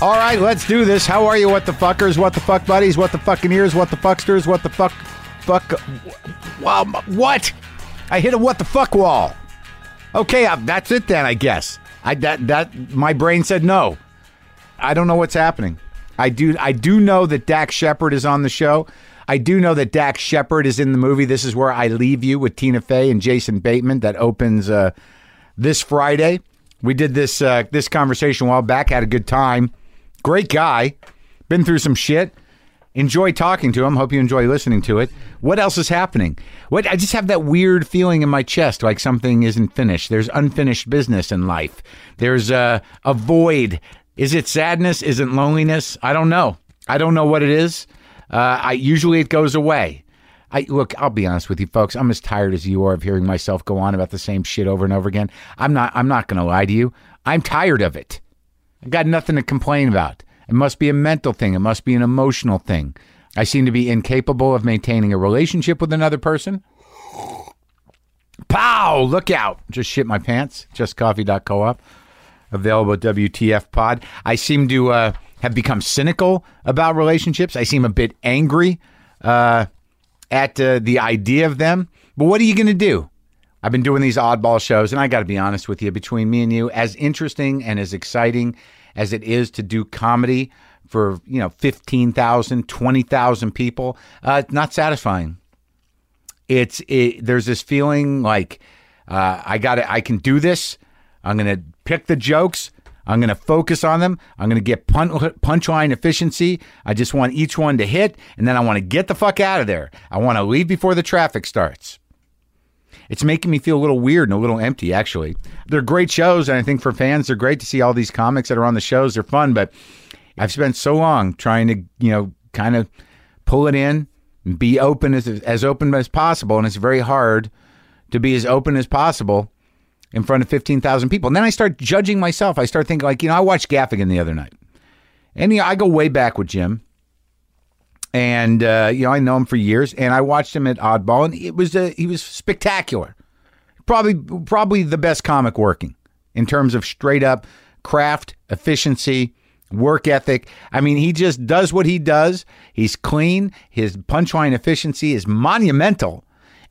All right, let's do this. How are you, what the fuckers, what the fuck buddies, what the fucking ears, what the fucksters, what the fuck, fuck, wow, what? I hit a what the fuck wall. Okay, uh, that's it then, I guess. I that that my brain said no. I don't know what's happening. I do I do know that Dax Shepard is on the show. I do know that Dax Shepard is in the movie. This is where I leave you with Tina Fey and Jason Bateman that opens uh, this Friday. We did this uh, this conversation a while back. Had a good time. Great guy. Been through some shit. Enjoy talking to him. Hope you enjoy listening to it. What else is happening? What I just have that weird feeling in my chest, like something isn't finished. There's unfinished business in life. There's a, a void. Is it sadness? Is it loneliness? I don't know. I don't know what it is. Uh, I usually it goes away. I look, I'll be honest with you folks, I'm as tired as you are of hearing myself go on about the same shit over and over again. I'm not I'm not gonna lie to you. I'm tired of it. I've got nothing to complain about. It must be a mental thing, it must be an emotional thing. I seem to be incapable of maintaining a relationship with another person. Pow! Look out. Just shit my pants. Justcoffee.coop. Available at WTF Pod. I seem to uh, have become cynical about relationships. I seem a bit angry. Uh, at uh, the idea of them. But what are you going to do? I've been doing these oddball shows, and I got to be honest with you, between me and you, as interesting and as exciting as it is to do comedy for, you know, 15,000, 20,000 people, uh, it's not satisfying. It's it, there's this feeling like uh, I got I can do this. I'm going to pick the jokes. I'm going to focus on them. I'm going to get pun- punchline efficiency. I just want each one to hit, and then I want to get the fuck out of there. I want to leave before the traffic starts. It's making me feel a little weird and a little empty, actually. They're great shows, and I think for fans, they're great to see all these comics that are on the shows. They're fun, but I've spent so long trying to, you know, kind of pull it in and be open as, as open as possible, and it's very hard to be as open as possible in front of 15,000 people. And then I start judging myself. I start thinking, like, you know, I watched Gaffigan the other night. And you know, I go way back with Jim. And, uh, you know, I know him for years. And I watched him at Oddball, and it was uh, he was spectacular. Probably, probably the best comic working in terms of straight up craft, efficiency, work ethic. I mean, he just does what he does. He's clean. His punchline efficiency is monumental.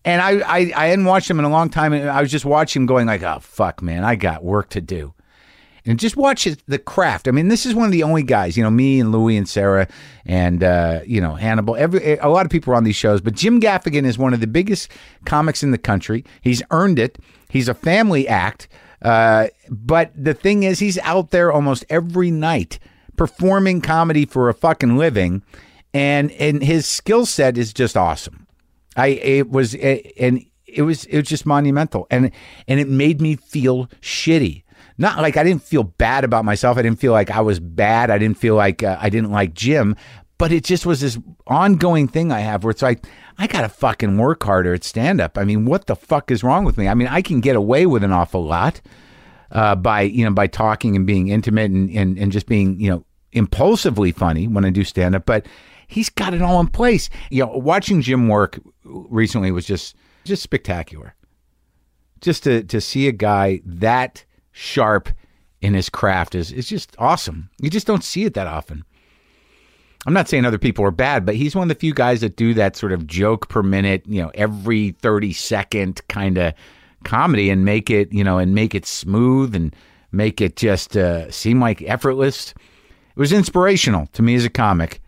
And I, I, I hadn't watched him in a long time. And I was just watching him going like, oh, fuck, man, I got work to do. And just watch his, the craft. I mean, this is one of the only guys, you know, me and Louie and Sarah and, uh, you know, Hannibal. Every A lot of people are on these shows, but Jim Gaffigan is one of the biggest comics in the country. He's earned it. He's a family act. Uh, but the thing is, he's out there almost every night performing comedy for a fucking living. And, and his skill set is just awesome. I it was it, and it was it was just monumental and and it made me feel shitty. Not like I didn't feel bad about myself. I didn't feel like I was bad. I didn't feel like uh, I didn't like Jim, but it just was this ongoing thing I have where it's like I got to fucking work harder at stand up. I mean, what the fuck is wrong with me? I mean, I can get away with an awful lot uh, by, you know, by talking and being intimate and, and and just being, you know, impulsively funny when I do stand up, but he's got it all in place. You know, watching Jim work recently was just just spectacular. Just to to see a guy that sharp in his craft is is just awesome. You just don't see it that often. I'm not saying other people are bad, but he's one of the few guys that do that sort of joke per minute, you know, every 30 second kind of comedy and make it, you know, and make it smooth and make it just uh, seem like effortless. It was inspirational to me as a comic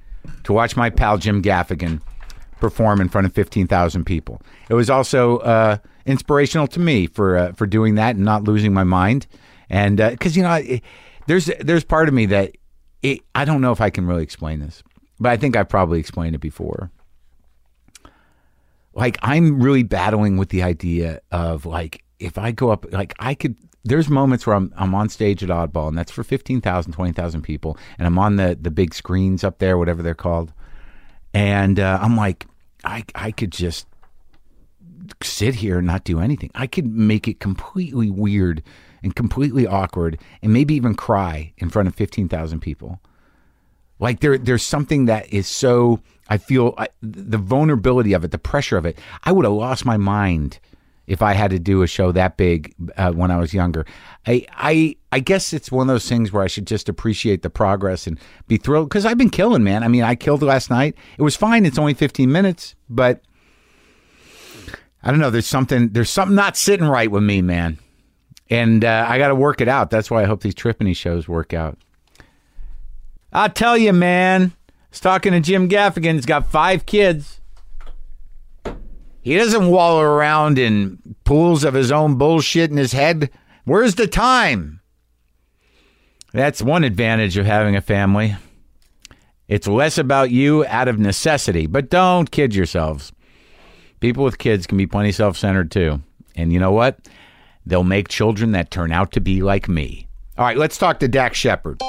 to watch my pal Jim Gaffigan perform in front of 15,000 people. It was also uh, inspirational to me for uh, for doing that and not losing my mind. And because uh, you know, it, there's there's part of me that it, I don't know if I can really explain this, but I think I probably explained it before. Like I'm really battling with the idea of like if I go up, like I could there's moments where I'm I'm on stage at Oddball, and that's for 15,000, 20,000 people, and I'm on the the big screens up there, whatever they're called, and uh, I'm like, I I could just sit here and not do anything. I could make it completely weird and completely awkward, and maybe even cry in front of 15,000 people. Like there there's something that is so I feel I, the vulnerability of it, the pressure of it. I would have lost my mind if I had to do a show that big uh, when I was younger. I, I I guess it's one of those things where I should just appreciate the progress and be thrilled because I've been killing, man. I mean, I killed last night. It was fine. It's only 15 minutes, but I don't know. There's something. There's something not sitting right with me, man. And uh, I got to work it out. That's why I hope these Trippany shows work out. I'll tell you, man. I was talking to Jim Gaffigan. He's got five kids. He doesn't wallow around in pools of his own bullshit in his head. Where's the time? That's one advantage of having a family. It's less about you out of necessity, but don't kid yourselves. People with kids can be plenty self centered too. And you know what? They'll make children that turn out to be like me. All right, let's talk to Dak Shepard.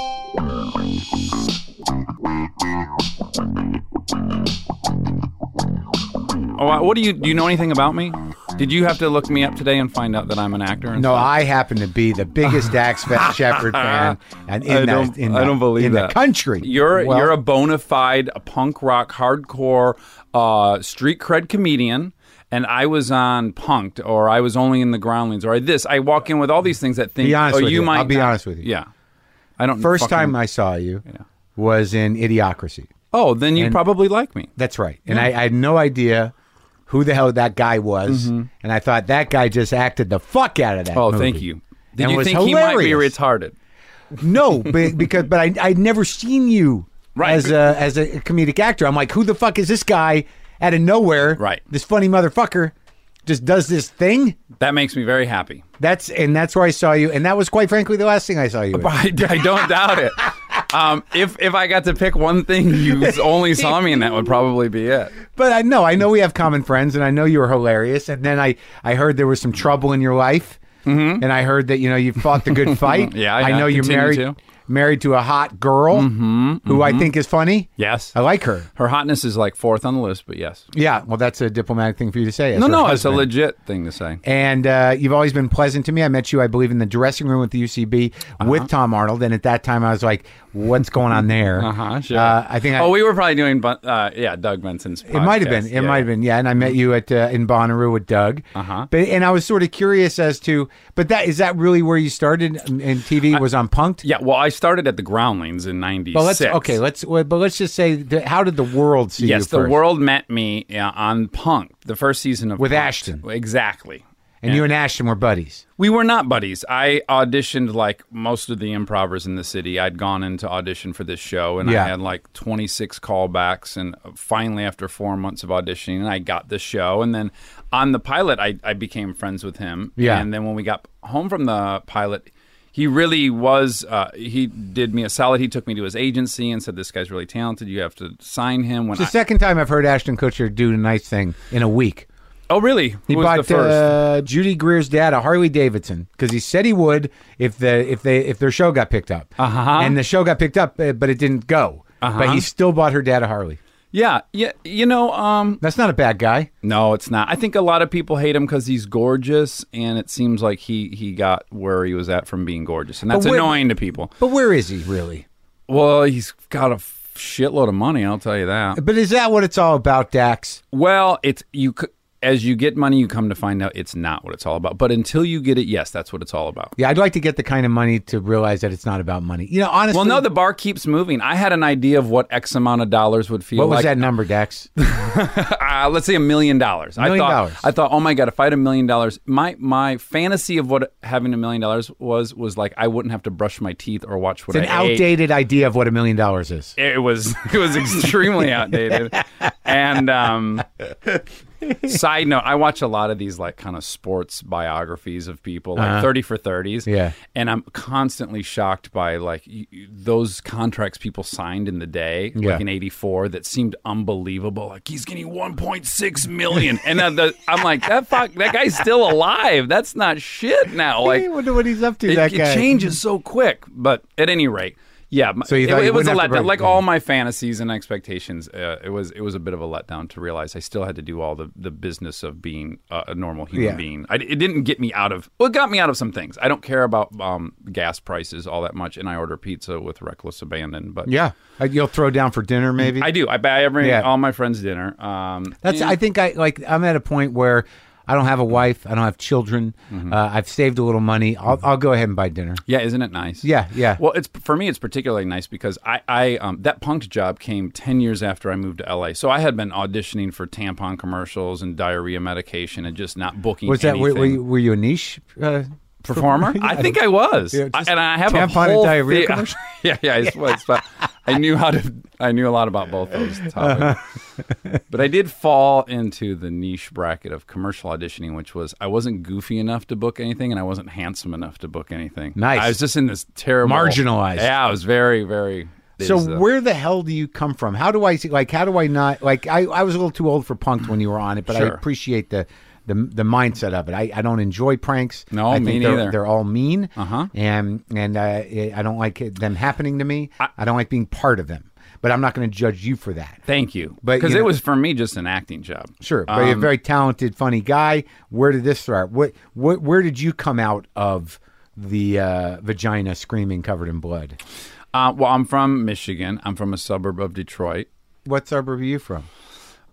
Oh, uh, what do you do? You know anything about me? Did you have to look me up today and find out that I'm an actor? And No, stuff? I happen to be the biggest Dax Shepard fan and in, I the, don't. in I the- don't believe in that. the country. You're Well- you're a bona fide punk rock hardcore uh, street cred comedian. And I was on Punked, or I was only in the Groundlings, or I this. I walk in with all these things that think. Be honest oh, with you you. might. I'll be not- honest with you. Yeah. I don't. First fucking- time I saw you was in Idiocracy. Oh, then you and- probably like me. That's right. And I, I had no idea who the hell that guy was. And I thought that guy just acted the fuck out of that. Mm-hmm. Oh, movie. thank you. Did And you was think he might be hilarious. retarded? No, but, because but I I'd never seen you Right. as a as a comedic actor. I'm like, who the fuck is this guy out of nowhere? Right. This funny motherfucker just does this thing. That makes me very happy. That's and that's where I saw you, and that was quite frankly the last thing I saw you. in. I, I don't doubt it. Um, if if I got to pick one thing you only saw me in, that would probably be it. But I know I know we have common friends, and I know you were hilarious. And then I I heard there was some trouble in your life, and I heard that you know you fought the good fight. Mm-hmm. Yeah, I- I know I you're continue married to. Mm-hmm, married to a hot girl who I think is funny. Yes. I like her. Her hotness is like fourth on the list, but yes. Yeah, well, that's a diplomatic thing for you to say. as No, her no, it's a husband. legit thing to say. and uh, you've always been pleasant to me. I met you, I believe, in the dressing room at the UCB with Tom Arnold, and at that time, I was like, "What's going on there?" Uh-huh, sure. Uh, I think I, oh, we were probably doing, bu- uh, yeah, Doug Benson's. it might have been. It might have been. Yeah, and I met you at uh, in Bonnaroo with Doug. Mm-hmm. Uh-huh. But and I was sort of curious as to, but that is that really where you started in in TV? was on Punked. Yeah, well, I started at the Groundlings in '96. But let's okay. Let's well, but let's just say, that, how did the world see you yes, the first? world met me uh, on Punk, the first season of With Punk'd. Ashton. Exactly. and you and Ashton were buddies. We were not buddies. I auditioned like most of the improvers in the city. I'd gone in to audition for this show and Yeah. I had like 26 callbacks. And uh, finally, after four months of auditioning, I got the show. And then on the pilot, I, I became friends with him. Yeah. And then when we got home from the pilot, he really was, uh, he did me a solid. He took me to his agency and said, This guy's really talented. You have to sign him. When It's the I- second time I've heard Ashton Kutcher do a nice thing in a week. oh, really? He Who was bought the first? Uh, Judy Greer's dad a Harley Davidson because he said he would if the if they if their show got picked up. Uh-huh. And the show got picked up, uh, but it didn't go. Uh-huh. But he still bought her dad a Harley. yeah. Yeah. You know, um, That's not a bad guy. No, it's not. I think a lot of people hate him because he's gorgeous, and it seems like he he got where he was at from being gorgeous, and that's But where- annoying to people. But where is he really? Well, he's got a f- shitload of money, I'll tell you that. But is that what it's all about, Dax? Well, it's you c- as you get money, you come to find out it's not what it's all about. But until you get it, yes, that's what it's all about. Yeah, I'd like to get the kind of money to realize that it's not about money. You know, honestly, Well, no, the bar keeps moving. I had an idea of what X amount of dollars would feel what was like. that number, Dax? uh, let's say a million dollars. I Million thought, dollars. I thought, oh my god, if I had a million dollars, my my fantasy of what having a million dollars was was like I wouldn't have to brush my teeth or watch what An I ate. outdated idea of what a million dollars is. It was it was extremely outdated. And um, side note, I watch a lot of these like kind of sports biographies of people, like thirty for thirties. Uh-huh. Yeah. and I'm constantly shocked by like y- y- those contracts people signed in the day, Yeah. like in '84, that seemed unbelievable. Like he's getting 1.6 million, and then the, I'm like, that fuck, that guy's still alive. That's not shit now. I Like wonder what he's up to. it, that it guy. changes so quick. But at any rate, yeah, my- So you it, thought you it was a wouldn't have to letdown. break Like it, all my fantasies and expectations, uh, it was it was a bit of a letdown to realize I still had to do all the, the business of being a, a normal human Yeah. being. I, it didn't get me out of well, it got me out of some things. I don't care about um, gas prices all that much, and I order pizza with reckless abandon. But Yeah, Uh, you'll throw down for dinner, maybe. Mm-hmm. I do. I buy every Yeah. all my friends dinner. Um, That's. and- I think I like. I'm at a point where I don't have a wife. I don't have children. Mm-hmm. Uh, I've saved a little money. I'll, I'll go ahead and buy dinner. Yeah, isn't it nice? Yeah, yeah. Well, it's for me. It's particularly nice because I, I um, that punk job came ten years after I moved to LA. So I had been auditioning for tampon commercials and diarrhea medication and just not booking. Was that were, anything. were, you, were you a niche uh, performer? I think I was, Yeah, I- just and I have a tampon and whole diarrhea thea- commercial? yeah, yeah, I was, but I knew how to. I knew a lot about both those Uh-huh. topics, but I did fall into the niche bracket of commercial auditioning, which was I wasn't goofy enough to book anything, and I wasn't handsome enough to book anything. Nice. I was just in this terrible Marginalized. Yeah, I was very, very. So is, uh, where the hell do you come from? How do I see, like? How do I not like? I, I was a little too old for punked when you were on it, but I Sure. appreciate the, the the mindset of it. I, I don't enjoy pranks. No, I me think they're, neither. They're all mean, Uh-huh. and and uh, I I don't like it, them happening to me. I, don't like being part of them. But I'm not going to judge you for that. Thank you, But, because you it know- was for me just an acting job. Uh, Sure, but Um, you're a very talented, funny guy. Where did this start? What what where did you come out of the uh, vagina screaming covered in blood? Uh, well, I'm from Michigan. I'm from a suburb of Detroit. What suburb are you from?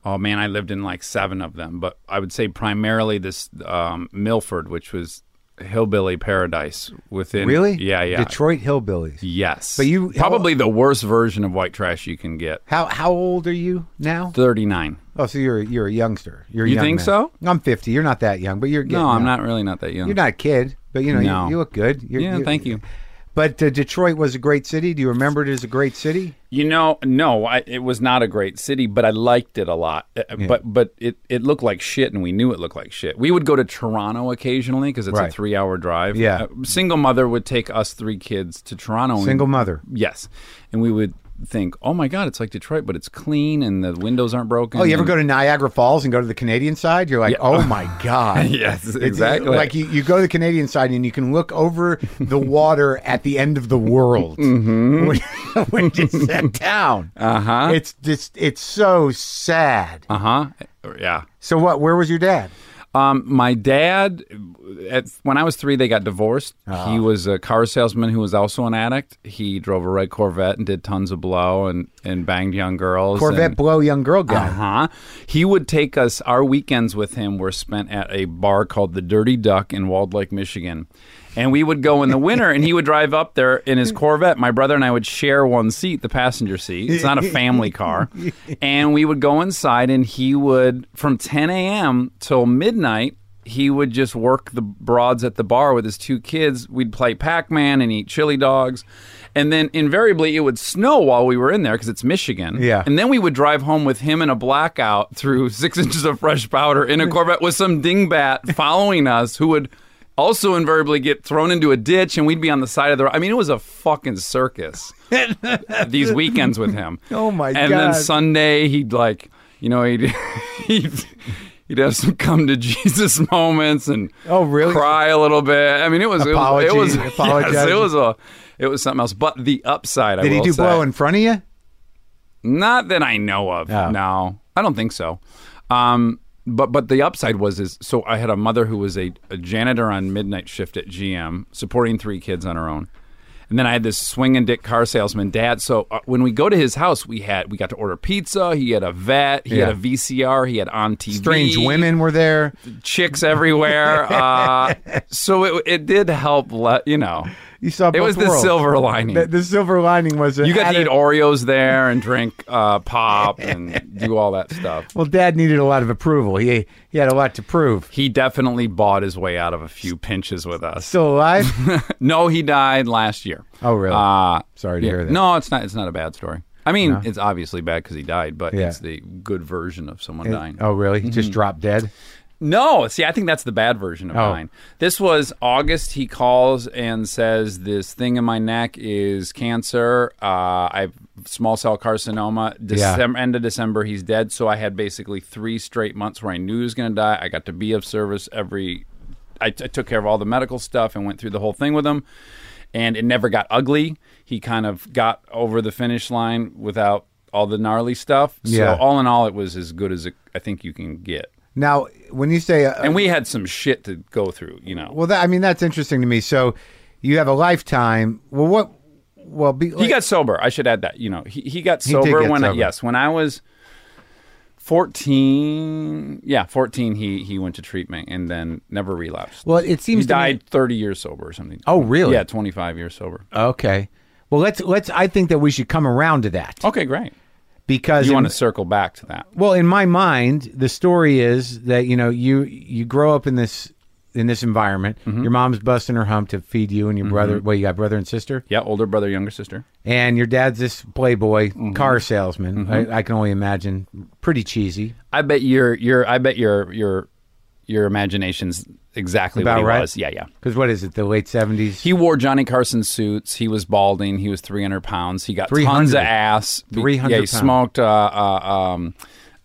Oh man, I lived in like seven of them, but I would say primarily this um, Milford, which was hillbilly paradise within. Really? Yeah, yeah. Detroit hillbillies. Yes. But you- probably the worst version of white trash you can get. How how old are you now? Thirty nine. Oh, so you're you're a youngster. You're a You young think man. so? I'm 50. You're not that young, but you're No, getting I'm there. not really not that young. You're not a kid, but you know No. you, you look good. You're, Yeah, thank you. But uh, Detroit was a great city. Do you remember it as a great city? You know, no, I, it was not a great city, but I liked it a lot. Uh, But but it, it looked like shit, and we knew it looked like shit. We would go to Toronto occasionally because it's Right. a three hour drive. Yeah. A single mother would take us three kids to Toronto. and- Single mother. Yes, and we would think, oh my god, it's like Detroit, but it's clean and the windows aren't broken. Oh, you ever and- go to Niagara Falls and go to the Canadian side? You're like, oh my god. Yes, It's- exactly. Like you, you go to the Canadian side and you can look over the water at the end of the world when, Mm-hmm. when you sit down. Uh-huh. It's just it's so sad. Uh huh. Yeah. So what? Where was your dad? Um, my dad, at, when I was three, they got divorced. Ah. He was a car salesman who was also an addict. He drove a red Corvette and did tons of blow and, and banged young girls. Corvette blow young girl guy. Uh huh. He would take us. Our weekends with him were spent at a bar called the Dirty Duck in Walled Lake, Michigan, and we would go in the winter. and he would drive up there in his Corvette. My brother and I would share one seat, the passenger seat. It's not a family car, and we would go inside, and he would from 10 a.m. till midnight. He would just work the broads at the bar with his two kids. We'd play Pac Man and eat chili dogs. And then invariably it would snow while we were in there because it's Michigan. Yeah. And then we would drive home with him in a blackout through six inches of fresh powder in a Corvette with some dingbat following us who would also invariably get thrown into a ditch and we'd be on the side of the road. I mean, it was a fucking circus these weekends with him. Oh, my And God. then Sunday he'd like, you know, he'd, he'd, he'd have some come to Jesus moments and Oh, really? cry a little bit. I mean, it was, it was, it was, Apology- apologize. yes, it was a, it was something else. But the upside, I Did he will do say- blow in front of you? not that I know of. Oh. No, I don't think so. Um, but but the upside was is so I had a mother who was a, a janitor on midnight shift at GM, supporting three kids on her own, and then I had this swinging dick car salesman dad. So uh, when we go to his house, we had we got to order pizza. He had a vet. He Yeah. had a VCR. He had on TV. Strange women were there. chicks everywhere. uh, so it it did help. Let you know, You saw it both was the worlds. silver lining. The, the silver lining was that You got Adam- to eat Oreos there and drink uh, pop and do all that stuff. Well, Dad needed a lot of approval. He he had a lot to prove. He definitely bought his way out of a few pinches with us. Still alive? No, he died last year. Oh, really? Uh, Sorry to hear that. No, it's not. It's not a bad story. I mean, it's obviously bad because he died, but Yeah. it's the good version of someone dying. oh, really? He Mm-hmm. Just dropped dead? No, see, I think that's the bad version of Oh. mine. This was August. He calls and says, "This thing in my neck is cancer. Uh, I have small cell carcinoma." December, end of December, he's dead. So I had basically three straight months where I knew he was going to die. I got to be of service every. I, t- I took care of all the medical stuff and went through the whole thing with him, and it never got ugly. He kind of got over the finish line without all the gnarly stuff. Yeah. So all in all, it was as good as it, I think you can get Now, when you say, uh, and we had some shit to go through, you know. well, that, I mean, that's interesting to me. So you have a lifetime. Well, what? Well, be, he got sober. I should add that, you know. He he got did sober get when I, sober. yes, when I was 14 yeah 14 he he went to treatment and then never relapsed Well, it he seems to me- died 30 years sober or something Oh, really? yeah 25 years sober Okay. Well, let's let's. I think that we should come around to that okay great because you in- want to circle back to that Well, in my mind, the story is that you know you you grow up in this in this environment. Mm-hmm. Your mom's busting her hump to feed you and your brother. Well, you got brother and sister, yeah older brother younger sister and your dad's this playboy Mm-hmm. car salesman. I, I can only imagine. Pretty cheesy. i bet your your i bet your your your imagination's exactly About what he right? was yeah yeah Because what is it? The late seventies. he wore Johnny Carson suits. He was balding. He was 300 pounds. He got tons of 300. ass. Be- 300 Yeah, he pounds. smoked uh, uh, um,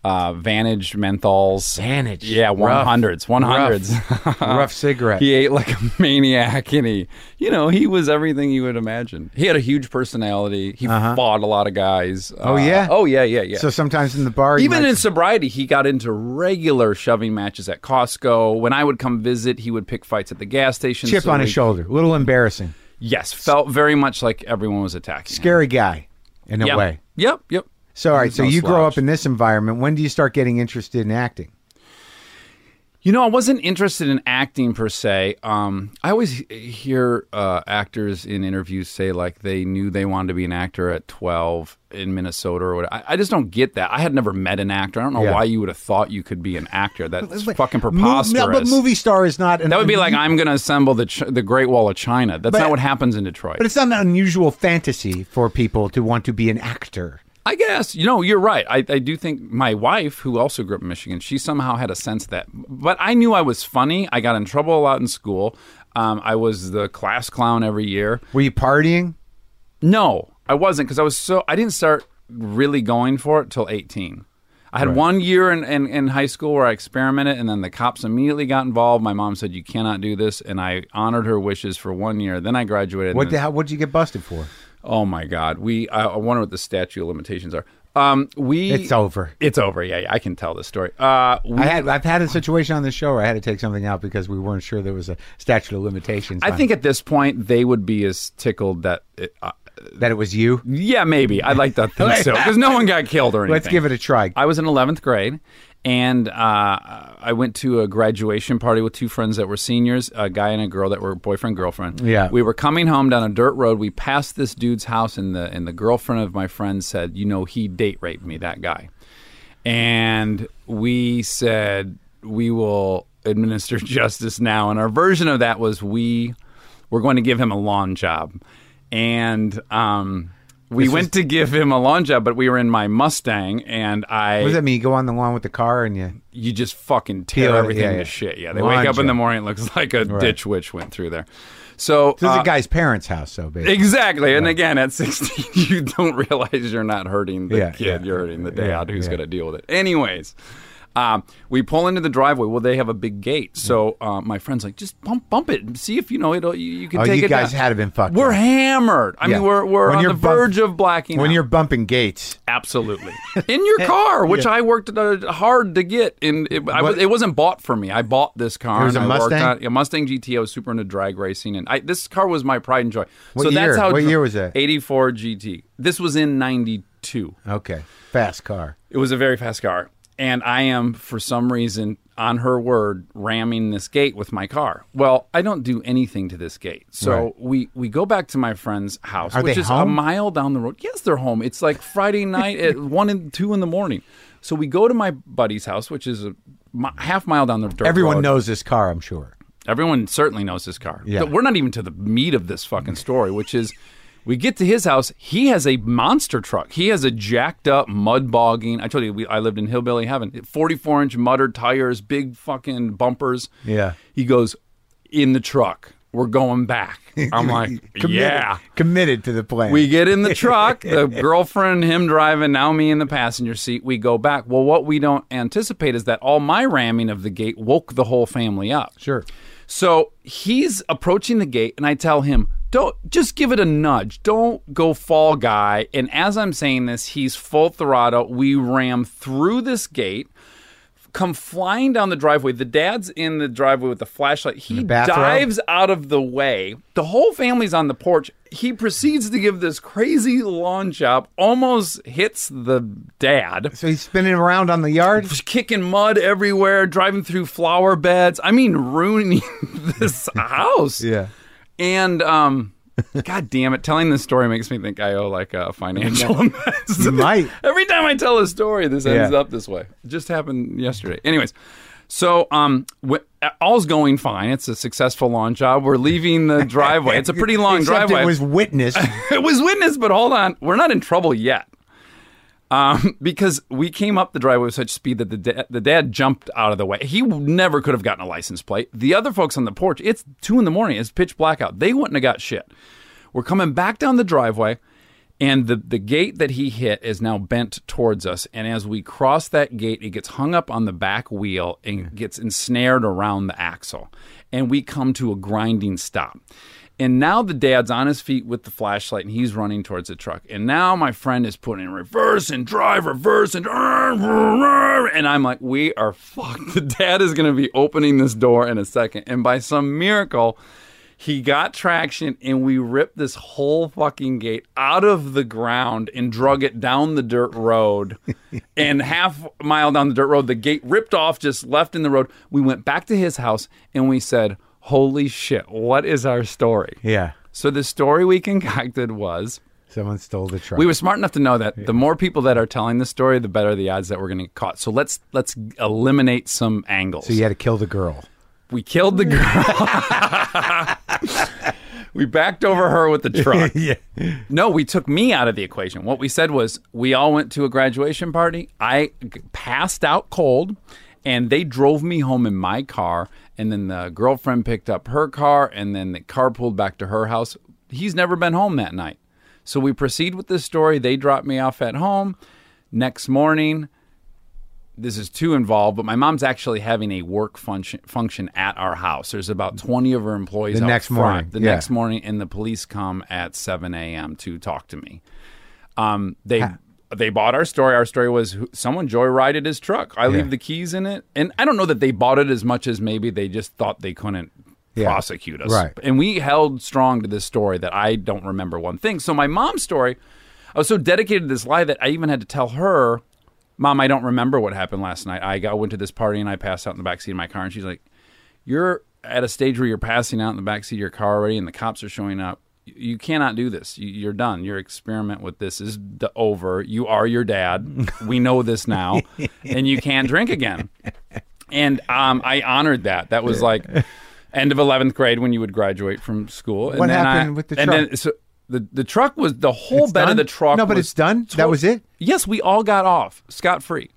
uh, Vantage menthols. Vantage. Yeah, Rough. 100s. 100s. rough cigarette. he ate like a maniac and he, you know, he was everything you would imagine. He had a huge personality. He fought a lot of guys. Oh, Uh-huh. yeah? Oh, yeah, yeah, yeah. So sometimes in the bar, you Even might- in sobriety, he got into regular shoving matches at Costco. When I would come visit, he would pick fights at the gas station. chip so on we- his shoulder, a little embarrassing. Yes, felt very much like everyone was attacking. him. Scary guy, in a Yep. way. Yep, yep. So all right. So no you grow slouch. up in this environment. When do you start getting interested in acting? You know, I wasn't interested in acting per se. Um, I always h- hear uh, actors in interviews say like they knew they wanted to be an actor at 12 in Minnesota or whatever. I, I just don't get that. I had never met an actor. I don't know Yeah. why you would have thought you could be an actor. That's But fucking mov- no, preposterous. but movie star is not. An that would be like I'm going to assemble the ch- the Great Wall of China. That's But- not what happens in Detroit. But it's not an unusual fantasy for people to want to be an actor. I guess you know you're right. I, I do think my wife, who also grew up in Michigan, she somehow had a sense that. But I knew I was funny. I got in trouble a lot in school. Um, I was the class clown every year. Were you partying? No, I wasn't because I was so I didn't start really going for it till 18. I had one year in, in, in high school where I experimented, and then the cops immediately got involved. My mom said, "You cannot do this," and I honored her wishes for one year. Then I graduated. What and the hell? What'd you get busted for? Oh my God, we. uh, I, I wonder what the statute of limitations are. Um, we. It's over. It's over. Yeah, yeah. I can tell this story. Uh, we, I I, had I've had a situation on this show where I had to take something out because we weren't sure there was a statute of limitations. on- think at this point they would be as tickled that. It, uh, that it was you. yeah, maybe. I'd like to think so because no one got killed or anything. Let's give it a try. I was in eleventh grade, and uh, I went to a graduation party with two friends that were seniors, a guy and a girl that were boyfriend girlfriend. Yeah. we were coming home down a dirt road. We passed this dude's house, and the and the girlfriend of my friend said, "You know, he date raped me. That guy." and we said we will administer justice now and our version of that was we were going to give him a lawn job and um we went to give him a lawn job, but we were in my Mustang, and I What does that mean? You go on the lawn with the car and you. you just fucking tear Peel it, everything E, yeah, yeah. to shit. Yeah, they wake Lawn up job. in the morning, it looks like a ditch witch went through there. So This is uh, a guy's parents' house, so basically. Exactly. And again, at 16, you don't realize you're not hurting the Yeah, kid. yeah. you're hurting the dad who's yeah. going to deal with it. Anyways, um, we pull into the driveway. Well, they have a big gate. So uh, my friend's like, just bump bump it. and See if you know it'll, you, you can Oh, take you it guys down." had been fucked. We're up. hammered. I Yeah. mean, we're, we're When on you're the bump- verge of blacking when out. you're bumping gates. Absolutely. In your car, which I worked uh, hard to get. And it, I, was- it wasn't bought for me. I bought this car. It was and a I worked Mustang? on- a Mustang GT. I was super into drag racing. And I, this car was my pride and joy. What so year? that's how. What year was that? 84 GT. This was in 92. Okay, fast car. It was a very fast car. And I am, for some reason, on her word, ramming this gate with my car. Well, I don't do anything to this gate. So Right. we, we go back to my friend's house, Are which they is home? a mile down the road. Yes, they're home. It's like Friday night at one and two in the morning. So we go to my buddy's house, which is a mi- half mile down the dirt Everyone road. knows this car, I'm sure. Everyone certainly knows this car. Yeah. We're not even to the meat of this fucking story, which is we get to his house. He has a monster truck. He has a jacked up mud bogging. I told you we, I lived in hillbilly heaven. 44 inch mudder tires, big fucking bumpers. Yeah. He goes in the truck. We're going back. I'm like, Committed- yeah. committed to the plan. We get in the truck, the girlfriend, him driving, now me in the passenger seat. We go back. Well, what we don't anticipate is that all my ramming of the gate woke the whole family up. sure. So he's approaching the gate, and I tell him, "Don't just give it a nudge. Don't go fall guy." And as I'm saying this, he's full throttle. We ram through this gate, come flying down the driveway. The dad's in the driveway with the flashlight. He bathrobe? dives out of the way. The whole family's on the porch. He proceeds to give this crazy lawn chop, almost hits the dad So he's spinning around on the yard. was kicking mud everywhere, driving through flower beds. I mean, ruining this house. Yeah. And um, God damn it, telling this story makes me think I owe like a financial mess. You might. Every time I tell a story, this ends Yeah. up this way. It just happened yesterday. Anyways, so um, wh- all's going fine. It's a successful lawn job. We're leaving the driveway. It's a pretty long Except driveway It was witnessed. it was witnessed, but hold on, we're not in trouble yet. Um, because we came up the driveway with such speed that the da- the dad jumped out of the way. He never could have gotten a license plate. The other folks on the porch, it's two in the morning, it's pitch black out. They wouldn't have got shit. We're coming back down the driveway, and the the gate that he hit is now bent towards us. And as we cross that gate, it gets hung up on the back wheel and gets ensnared around the axle, and we come to a grinding stop. And now the dad's on his feet with the flashlight and he's running towards the truck. And now my friend is putting in reverse and drive, reverse and. And I'm like, we are fucked. The dad is going to be opening this door in a second. And by some miracle, he got traction and we ripped this whole fucking gate out of the ground and drug it down the dirt road. and half mile down the dirt road, the gate ripped off, just left in the road. We went back to his house and we said, Holy shit, what is our story? yeah. So the story we concocted was Someone stole the truck. we were smart enough to know that the more people that are telling the story, the better the odds that we're going to get caught. So let's let's eliminate some angles. so you had to kill the girl. We killed the girl. we backed over her with the truck. Yeah. No, we took me out of the equation. What we said was we all went to a graduation party. I g- passed out cold, and they drove me home in my car. And then the girlfriend picked up her car, and then the car pulled back to her house. He's never been home that night. So we proceed with this story. They drop me off at home. Next morning, this is too involved, but my mom's actually having a work function function at our house. There's about 20 of her employees. The out next front. morning, The yeah. next morning, and the police come at 7 a.m. to talk to me. Um, they they bought our story. Our story was who- someone joyrided his truck. I leave the keys in it, and I don't know that they bought it as much as maybe they just thought they couldn't Yeah. prosecute us. Right. And we held strong to this story that I don't remember one thing. So my mom's story, I was so dedicated to this lie that I even had to tell her, "Mom, I don't remember what happened last night. I got went to this party and I passed out in the backseat of my car." And she's like, "You're at a stage where you're passing out in the backseat of your car already, and the cops are showing up." You- You cannot do this. You- You're done. Your experiment with this is d- over. You are your dad. We know this now, and you can't drink again. And um, I honored that. That was like end of eleventh grade when you would graduate from school. And What then happened I- with the and truck? Then, so the the truck was the whole It's bed done? of the truck. No, but was it's done? That tot- was it? Yes, we all got off scot free.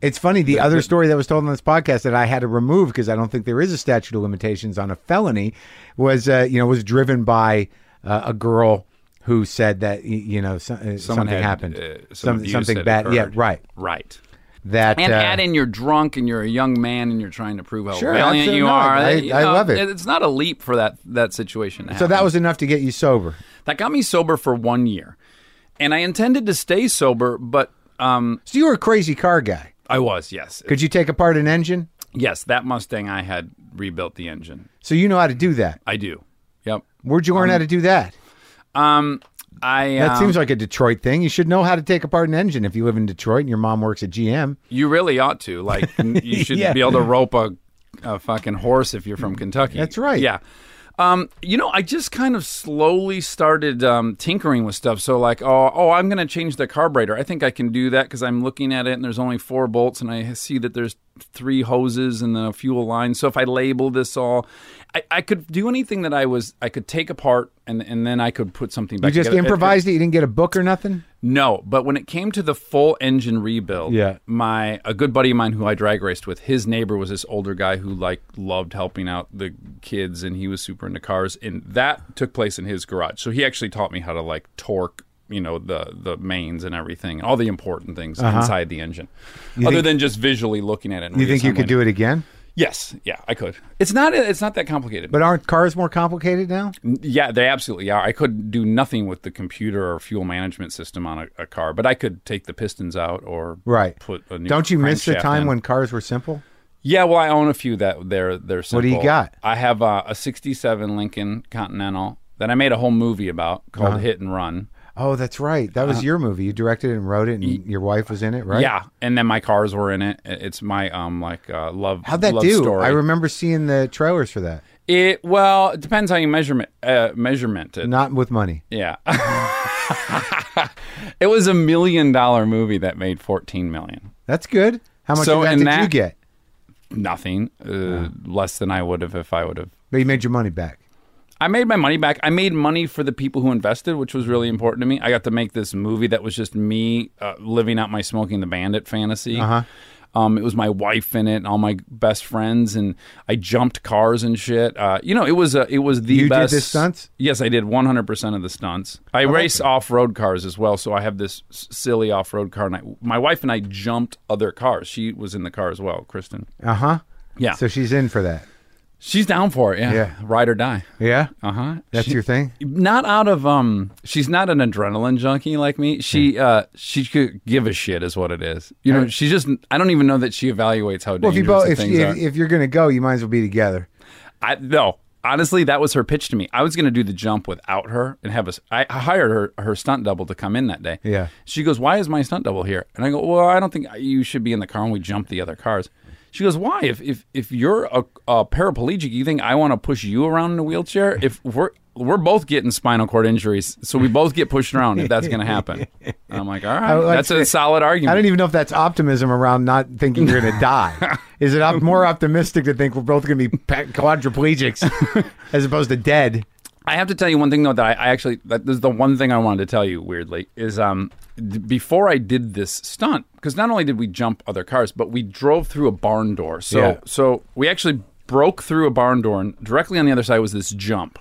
It's funny. The other story that was told on this podcast that I had to remove because I don't think there is a statute of limitations on a felony was, uh, you know, was driven by uh, a girl who said that y- you know so, uh, something happened, Some- something bad. Yeah, right. right. That And uh, add in you're drunk and you're a young man and you're trying to prove how Sure, valiant you absolutely. are. I- You I love it. It's not a leap for that that situation. To so that was enough to get you sober. that got me sober for one year, and I intended to stay sober, but um, So you were a crazy car guy. I was yes, Could you take apart an engine? yes. That Mustang I had rebuilt the engine. So you know how to do that. I do. Yep. Where'd you learn how to do that? Um, I That um, seems like a Detroit thing. You should know how to take apart an engine if you live in Detroit and your mom works at GM. You really ought to. Like, n- you should Yeah. be able to rope a, a fucking horse if you're from Kentucky. That's right. Yeah. Um, you know, I just kind of slowly started um, tinkering with stuff. So, like, oh, oh, I'm going to change the carburetor. I think I can do that because I'm looking at it and there's only four bolts, and I see that there's three hoses and then a fuel line. So, if I label this all, I, I could do anything that I was, I could take apart and and then I could put something back. You uh, just together. It- it- improvised it. You didn't get a book or nothing. no, but when it came to the full engine rebuild, Yeah. my a good buddy of mine who I drag raced with, his neighbor was this older guy who like loved helping out the kids and he was super into cars and that took place in his garage. So he actually taught me how to like torque, you know, the the mains and everything, all the important things inside the engine. Other than just visually looking at it. and Uh-huh. You think you reassembling could do it again? it. Yes, yeah, I could. It's not it's not that complicated. But aren't cars more complicated now? Yeah, they absolutely are. I could do nothing with the computer or fuel management system on a, a car, but I could take the pistons out or Right. put a new Don't you miss the crankshaft time in. when cars were simple? Yeah, well, I own a few that they're they're simple. do you got? I have uh, a '67 Lincoln Continental that I made a whole movie about called Uh-huh. Hit and Run. Oh, that's right. That was your movie. You directed it and wrote it, and your wife was in it, right? Yeah, and then my cars were in it. It- It's my um like uh, love. How'd that love do? Story. I remember seeing the trailers for that. it. Well, it depends how you measurement uh, measurement it. Not with money. Yeah. it was a million dollar movie that made 14 million. That's good. How much So of that in did you that- get? Nothing uh, less than I would have if I would have. But you made your money back. I made my money back. I made money for the people who invested, which was really important to me. I got to make this movie that was just me uh, living out my smoking the bandit fantasy. Uh-huh. Um, it was my wife in it and all my best friends, and I jumped cars and shit. Uh, you know, it was a, it was the You did best the stunts? Yes, I did 100% of the stunts. I race off road cars as well, so I have this s- silly off road car. And I, my wife and I jumped other cars. She was in the car as well, Kristen. Uh huh. Yeah. So she's in for that. She's down for it. Yeah. Yeah. Ride or die. Yeah. Uh huh. That's your thing. not out of um she's not an adrenaline junkie like me she Hmm. uh she could give a shit is what it is you know she just i don't even know that she evaluates how Well, if you dangerous both, the if, things if, are if you're gonna go, you might as well be together. i no honestly that was her pitch to me i was going to do the jump without her and have us i hired her her stunt double to come in that day Yeah. she goes why is my stunt double here and i go well i don't think you should be in the car and we jump the other cars she goes why if if, if you're a, a paraplegic you think i want to push you around in a wheelchair if we're we're both getting spinal cord injuries, so we both get pushed around if that's going to happen. And I'm like, all right, like that's to- a solid I argument. don't even know if that's optimism around not thinking you're gonna die. Is it op- more optimistic to think we're both gonna be pa- quadriplegics as opposed to dead? I have to tell you one thing though that I, I actually that is the one thing I wanted to tell you weirdly is um d- before I did this stunt because not only did we jump other cars but we drove through a barn door so Yeah. so we actually broke through a barn door and directly on the other side was this jump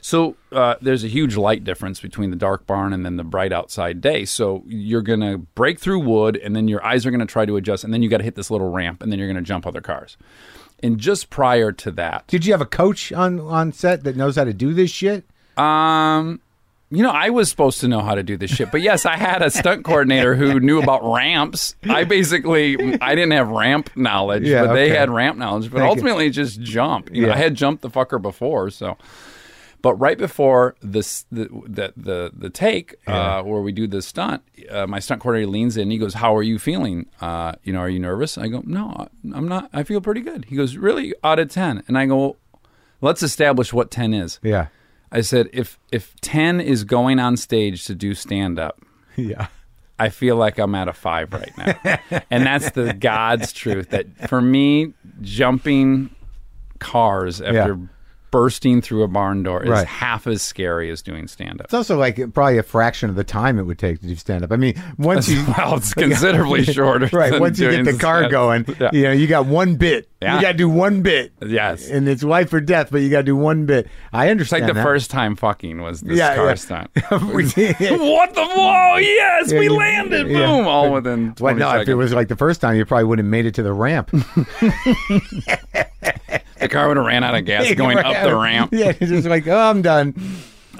so uh, there's a huge light difference between the dark barn and then the bright outside day so you're gonna break through wood and then your eyes are gonna try to adjust and then you got to hit this little ramp and then you're gonna jump other cars and just prior to that Did you have a coach on on set that knows how to do this shit? Um, you know, I was supposed to know how to do this shit, but yes, I had a stunt coordinator who knew about ramps. I basically, I didn't have ramp knowledge, Yeah, but they okay. had ramp knowledge. But Thank you. ultimately, just jump. You know, Yeah. I had jumped the fucker before, so. But right before this, the the the, the take uh, where we do the stunt, uh, my stunt coordinator leans in. and He goes, "How are you feeling? Uh, you know, are you nervous?" I go, "No, I'm not. I feel pretty good." He goes, "Really? Out of 10. And I go, "Let's establish what ten is." Yeah. I said, if if ten is going on stage to do stand up, Yeah. I feel like I'm at a five right now, and that's the God's truth. That for me, jumping cars after Yeah. bursting through a barn door is Right. half as scary as doing stand up. It's also like probably a fraction of the time it would take to do stand up. I mean, once you Well, it's considerably shorter. right than once you doing get the car stand- going, Yeah. you know, you got one bit. Yeah. You got to do one bit. Yes. And it's life or death, but you got to do one bit. I It's understand. like the that. first time fucking was this Yeah, car yeah. stunt. We- what the? Whoa! Yes, we you- landed. yeah. Boom! All within. 20 Well, no, seconds. if it was like the first time, you probably wouldn't have made it to the ramp. the car would have ran out of gas going up the ramp. Yeah, it's just like, oh, I'm done.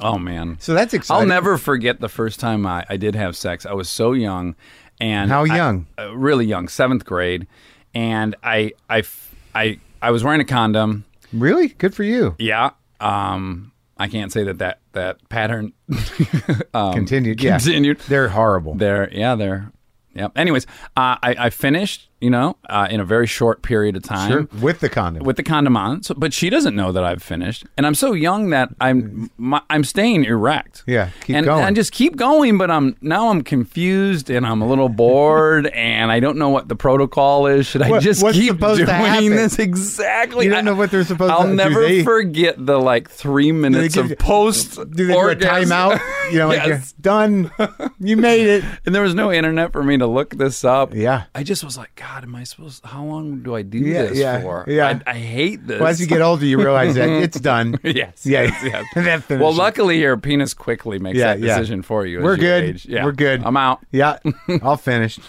Oh man. So that's exciting. I'll never forget the first time I, I did have sex. I was so young, and How I- young? uh, really young, seventh grade, and I, I, f- I, I was wearing a condom. Really? Good for you. Yeah. Um, I can't say that that that pattern continued. Yeah. continued. They're horrible. There, yeah, there. Yep. Anyways, uh, I, I finished, you know, uh, in a very short period of time. Sure. With the condom. with the condom on, so, but she doesn't know that I've finished, and I'm so young that I'm my, I'm staying erect. Yeah, keep and, going. and just keep going. But I'm now I'm confused and I'm a little bored and I don't know what the protocol is. Should I What- just what's keep supposed to doing happen? this exactly? You don't know what they're supposed I'll to- do never they- forget the like three minutes give of you- post. do they do a timeout? You know, like, Yes. you're done. You made it. And there was no internet for me to look this up. Yeah. I just was like, God, am I supposed? How long do I do Yeah, this yeah, for? yeah. I, I hate this. Well, as you get older, you realize that it's done. Mm-hmm. Yes. Yeah. yes, yes. That finishes. well, luckily your penis quickly makes Yeah, that yeah. decision for you. as We're you good. age. Yeah. We're good. I'm out. Yeah. All finished.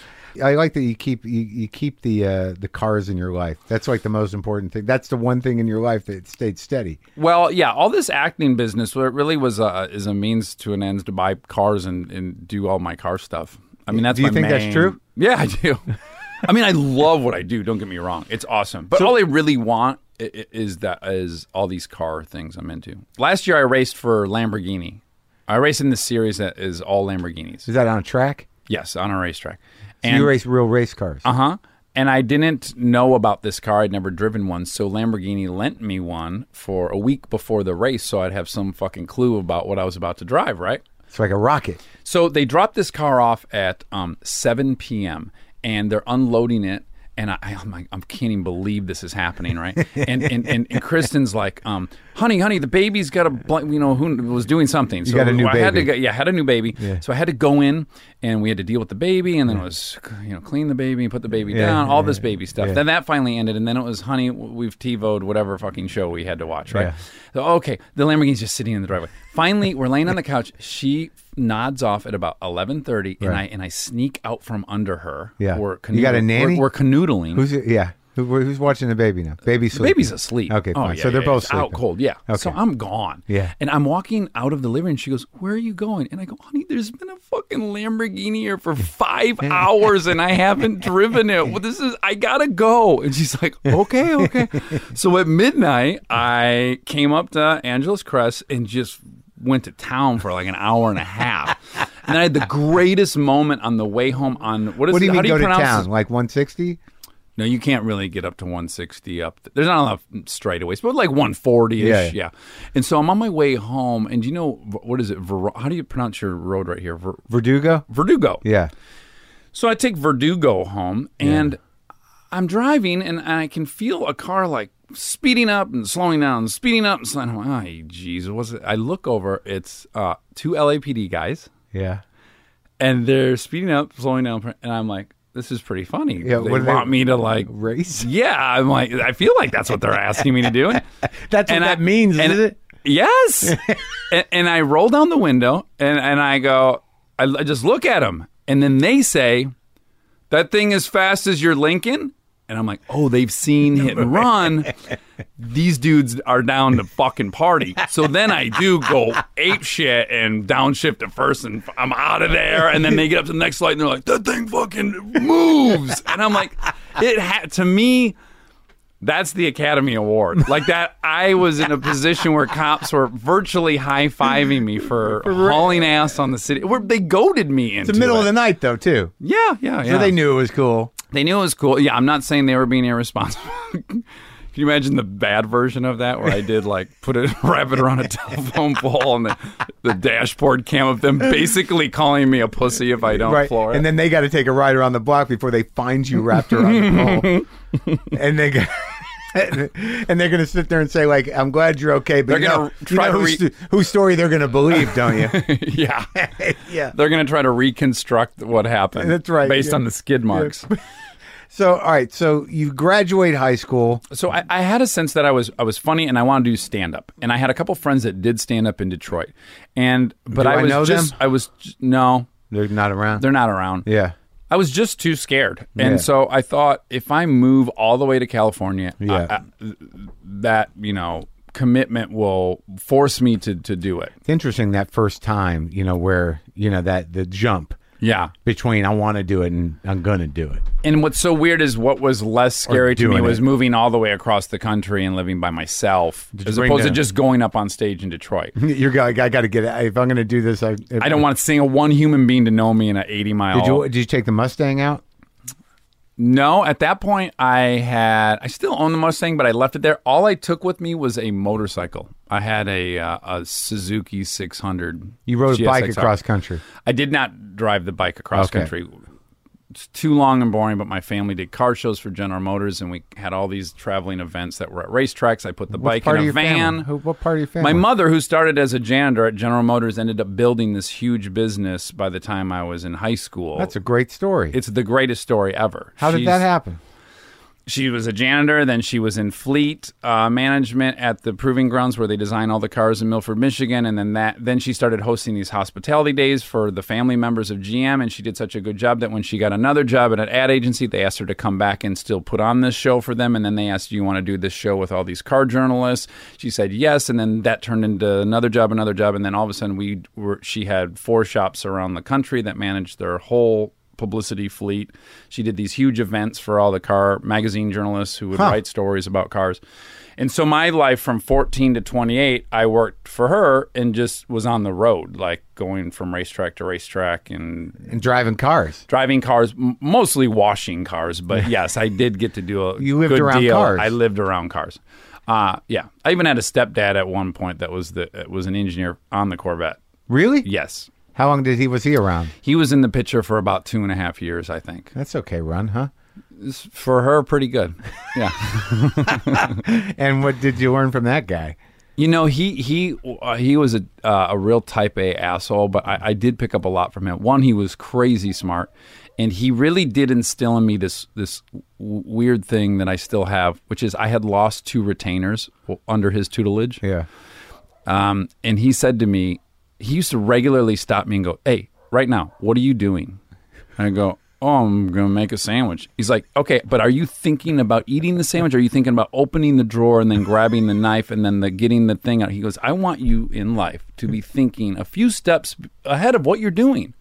I like that you keep you, you keep the uh, the cars in your life. That's like the most important thing. That's the one thing in your life that stayed steady. Well, yeah, all this acting business, what it really was a, is a means to an end to buy cars and, and do all my car stuff. I mean, that's Do you my think that's main- true? Yeah, I do. I mean, I love what I do. Don't get me wrong; it's awesome. But all I really want i- i- is that is all these car things I'm into. Last year, I raced for Lamborghini. I raced in the series that is all Lamborghinis. Is that on a track? Yes, on a racetrack. Do you race real race cars. Uh huh. And I didn't know about this car. I'd never driven one. So Lamborghini lent me one for a week before the race so I'd have some fucking clue about what I was about to drive, right? It's like a rocket. So they dropped this car off at um, 7 p.m. and they're unloading it. And I, I'm like, I can't even believe this is happening, right? And and, and, and Kristen's like, um, honey, honey, the baby's got a, bl-, you know, who was doing something. So got a new I had to baby. go- yeah, I had a new baby. So I had to go in and we had to deal with the baby and then it was, you know, clean the baby, put the baby down, all this baby stuff. Then that finally ended. And then it was, honey, w- we've TiVoed whatever fucking show we had to watch, right? Yeah. So, okay, the Lamborghini's just sitting in the driveway. Finally, we're laying on the couch. She nods off at about 11.30 and, I, and I sneak out from under her. Yeah. We're You got a canoodling- nanny? We're, we're canoodling. Who's yeah? Who, who's watching the baby now? Baby sleeping. Baby's asleep. Okay, Oh, fine. yeah, so they're yeah, both it's sleeping. out cold. Yeah. So Okay. I'm gone. Yeah. And I'm walking out of the living room. She goes, "Where are you going?" And I go, "Honey, there's been a fucking Lamborghini here for five hours, and I haven't driven it. Well, this is I gotta go." And she's like, "Okay, okay." so at midnight, I came up to Angela's Crest and just went to town for like an hour and a half. And then I had the greatest moment on the way home on what is What do you how mean do you go to pronounce this- town? Like 160? no, you can't really get up to 160 up. th- There's not enough mm, straightaways, but like 140 ish. Yeah, yeah. Yeah, And so I'm on my way home, and do you know v- what is it? Ver- how do you pronounce your road right here? Ver- Verdugo? Verdugo. Yeah. So I take Verdugo home, and I'm driving, and I can feel a car like speeding up and slowing down, and speeding up and slowing down. Oh, jeez, was it? I look over, it's uh, two LAPD guys, Yeah. and they're speeding up, slowing down, and I'm like, this is pretty funny. Yeah, they what do they- want me to like Race? yeah, I'm like, I feel like that's what they're asking me to do. And, That's and I- and- isn't it? Yes. and, and I roll down the window and, and I go, I, I just look at them. And then they say, that thing as fast as your Lincoln? And I'm like, oh, they've seen hit and run. These dudes are down to fucking party. So then I do go ape shit and downshift to first, and I'm out of there. And then they get up to the next light and they're like, that thing fucking moves. And I'm like, it ha- to me, that's the Academy Award. Like that, I was in a position where cops were virtually high fiving me for hauling ass on the city. Where they goaded me into The middle it. of the night, though, too. yeah, yeah, yeah. So they knew it was cool. They knew it was cool. Yeah, I'm not saying they were being irresponsible. Can you imagine the bad version of that where I did like put a wrap it around a telephone pole and the, the dashboard cam of them basically calling me a pussy if I don't Right. floor it? And then they got to take a ride around the block before they find you wrapped around the pole. and they got. And they're going to sit there and say, like, I'm glad you're okay, but They're you gonna know, you try know to whose, re- sto- whose story they're going to believe, don't you? yeah. yeah. They're going to try to reconstruct what happened. That's right, Based yeah. on the skid marks. So, all right. So you graduate high school. so I, I had a sense that I was I was funny and I wanted to do stand up. And I had a couple friends that did stand up in Detroit. And but Do I I was know just them? I was j- no, They're not around. they're not around. yeah. I was just too scared, and Yeah. so I thought if I move all the way to California, I- Yeah. I- that you know commitment will force me to to do it. It's interesting that first time, you know, where, you know, that the jump Yeah, between I want to do it and I'm going to do it. and what's so weird is what was less scary to me doing was it. moving all the way across the country and living by myself, as bring opposed to the- just going up on stage in Detroit. You're going, I got to get it. If I'm going to do this, I, I don't want to single one human being to know me in an eighty mile. Did you, did you take the Mustang out? No, at that point I had I still own the Mustang, but I left it there. All I took with me was a motorcycle. I had a uh, a Suzuki 600. You rode a bike GSXR. across country. I did not drive the bike across Okay. country. It's too long and boring, but my family did car shows for General Motors, and we had all these traveling events that were at racetracks. I put the bike part in of a your van. family? Who- what part of your My family? mother, who started as a janitor at General Motors, ended up building this huge business by the time I was in high school. That's a great story. it's the greatest story ever. How did She's- that happen? she was a janitor. Then she was in fleet uh, management at the proving grounds where they design all the cars in Milford, Michigan. And then that, then she started hosting these hospitality days for the family members of GM. And she did such a good job that when she got another job at an ad agency, they asked her to come back and still put on this show for them. And then they asked, "Do you want to do this show with all these car journalists?" She said yes. And then that turned into another job, another job. And then all of a sudden, we were she had four shops around the country that managed their whole publicity fleet. She did these huge events for all the car magazine journalists who would write stories about cars. And so my life from 14 to 28, I worked for her and just was on the road, like going from racetrack to racetrack and and driving cars. driving cars, m- mostly washing cars. But yes, I did get to do a You lived good around deal. cars. I lived around cars. Uh, yeah, I even had a stepdad at one point that was the that was an engineer on the Corvette. Really? Yes, How long did he was he around? he was in the picture for about two and a half years, I think. That's okay, run, huh? for her pretty good. Yeah. And what did you learn from that guy? you know, he he uh, he was a uh, a real type A asshole, but I, I did pick up a lot from him. One, he was crazy smart, and he really did instill in me this this w- weird thing that I still have, which is I had lost two retainers w- under his tutelage. Yeah. Um, and he said to me, he used to regularly stop me and go, Hey, right now, what are you doing? And I go, Oh, I'm going to make a sandwich. He's like, Okay, but are you thinking about eating the sandwich? Or are you thinking about opening the drawer and then grabbing the knife and then the, getting the thing out? He goes, I want you in life to be thinking a few steps ahead of what you're doing.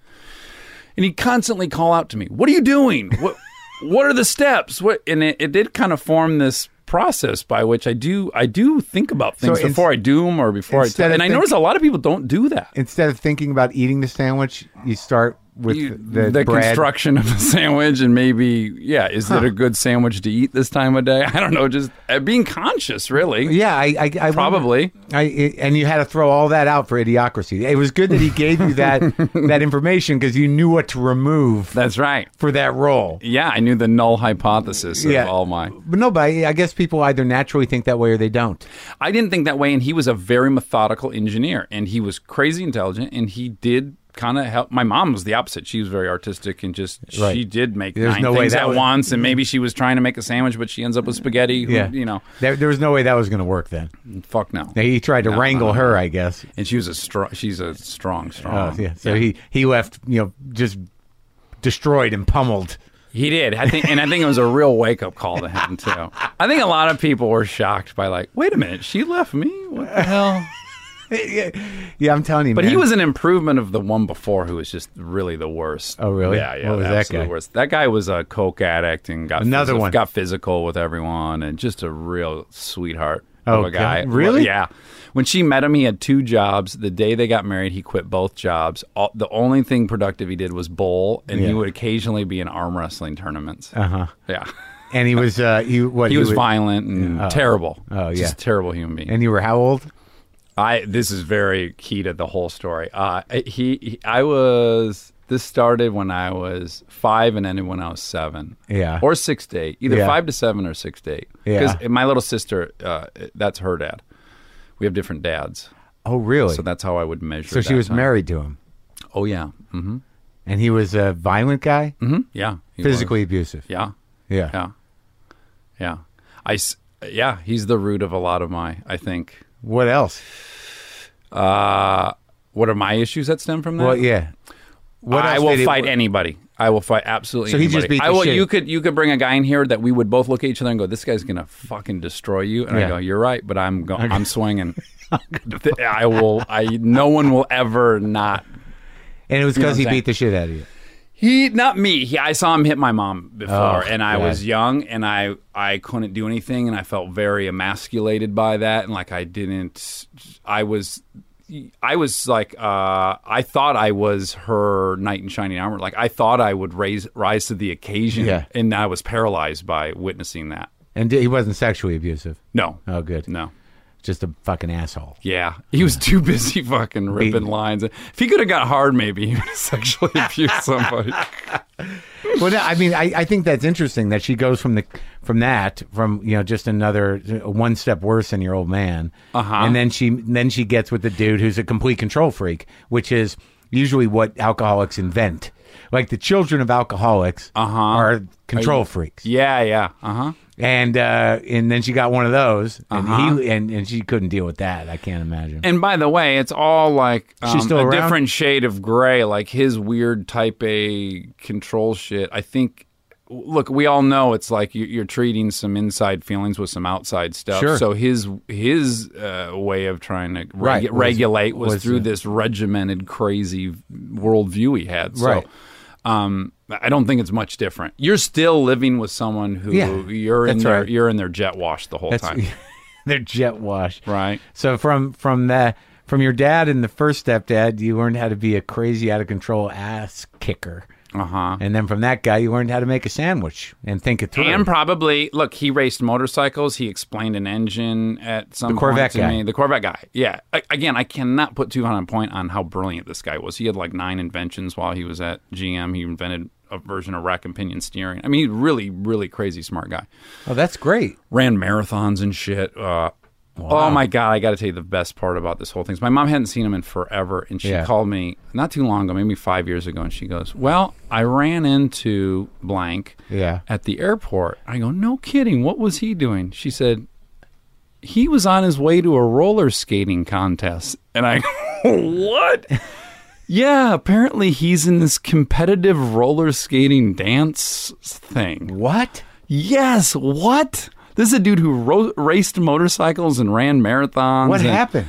And he'd constantly call out to me, What are you doing? What, what are the steps? What? And it, it did kind of form this process by which I do I do think about things ins- before I do them or before I Instead of and I think- notice a lot of people don't do that. Instead of thinking about eating the sandwich, you start with You- the, bread. construction of a sandwich and maybe yeah, is it a good sandwich to eat this time of day? I don't know. Just uh, being conscious, really. Yeah, I, I, I Probably. I, it, and you had to throw all that out for idiocracy. It was good that he gave you that that information because you knew what to remove That's right. for that role. Yeah, I knew the null hypothesis of Yeah. all my. But no, but I, I guess people either naturally think that way or they don't. I didn't think that way, and he was a very methodical engineer, and he was crazy intelligent, and he did kind of help. My mom was the opposite; she was very artistic and just she Right. did make There's nine no way things that at would- once, and maybe she was trying to make a sandwich, but she ends up with spaghetti. who- Mm, you know, there, there was no way that was going to work. Then fuck no. he tried to wrangle her, I guess. And she was a strong. She's a strong, Oh, strong. yeah. So he he left, you know, just destroyed and pummeled. He did. I think, and I think it was a real wake up call to him too. I think a lot of people were shocked by like, wait a minute, she left me. What the hell? yeah, yeah, I'm telling you, But he man. was an improvement of the one before, who was just really the worst. Oh, really? Yeah, yeah. What was the that absolute guy? Worst. That guy was a coke addict and got Another physi- one. got physical with everyone and just a real sweetheart of Oh, a guy. God. Really? Yeah. When she met him, he had two jobs. The day they got married, he quit both jobs. All, the only thing productive he did was bowl, and he Yeah. would occasionally be in arm wrestling tournaments. Uh huh. Yeah. And he was uh, he what He was would- violent and terrible. Oh, yeah. Just a terrible human being. And you were how old? I this is very key to the whole story. Uh, he, he I was this started when I was five and ended when I was seven. Yeah. or six to eight, either Yeah. five to seven or six to eight. Yeah. because my little sister, uh, that's her dad. We have different dads, Oh, really? so So, that's how I would measure. she that was time. married to him, Oh yeah, mm-hmm. and he was a violent guy, hmm yeah, he was. physically abusive. yeah, Yeah. yeah, yeah. I s- yeah, he's the root of a lot of my. I think. What else? Uh, what are my issues that stem from that? Well, yeah. What I else will did he- fight anybody. I will fight absolutely. So he just anybody. beat I the will. shit- You could you could bring a guy in here that we would both look at each other and go, "This guy's gonna fucking destroy you," and I Yeah. go, "You're right," but I'm going. I'm swinging. Th- I will. I. No one will ever not. And it was know because what he I'm saying? beat the shit out of you. He not me. He, I saw him hit my mom before, Oh, and I God. was young, and I I couldn't do anything, and I felt very emasculated by that, and like I didn't. I was. I was like, uh, I thought I was her knight in shining armor. Like I thought I would raise rise to the occasion, Yeah. and I was paralyzed by witnessing that. And he wasn't sexually abusive. No, Oh, good. no, Just a fucking asshole. yeah, he was too busy fucking ripping lines. If he could have got hard, maybe he would have sexually abused somebody. well, no, I mean, I, I think that's interesting that she goes from the from that from you know just another uh, one step worse than your old man, Uh-huh. and then she then she gets with the dude who's a complete control freak, which is usually what alcoholics invent. Like the children of alcoholics Uh-huh. are control freaks. yeah, yeah, uh huh. and uh, and then she got one of those, and Uh-huh. he and, and she couldn't deal with that. I can't imagine. And by the way, it's all like um, She's still a around? different shade of gray. Like his weird type A control shit. I think. Look, we all know it's like you- you're treating some inside feelings with some outside stuff. Sure. So his his uh, way of trying to reg- Right, was- regulate was, was, through uh, this regimented, crazy worldview he had. So, Right. um, I don't think it's much different. You're still living with someone who Yeah, you're in that's their right. you're in their jet wash the whole time, They're jet wash. right? So from from that from your dad and the first stepdad, you learned how to be a crazy out of control ass kicker. Uh huh. And then from that guy, you learned how to make a sandwich and think it through. And probably look, he raced motorcycles. He explained an engine at some the Corvette point to guy. me. The Corvette guy, yeah. A- again, I cannot put too on a point on how brilliant this guy was. He had like nine inventions while he was at GM. He invented a version of rack and pinion steering. I mean, he's really, really crazy smart guy. oh, that's great. Ran marathons and shit. Uh, Oh my god! I got to tell you the best part about this whole thing. is My mom hadn't seen him in forever, and she Yeah. called me not too long ago, maybe five years ago, and she goes, "Well, I ran into blank." Yeah. at the airport. I go, no kidding. What was he doing? She said, he was on his way to a roller skating contest. And I go, what? yeah, apparently he's in this competitive roller skating dance thing. What? Yes, what? This is a dude who ro- raced motorcycles and ran marathons. What and- happened?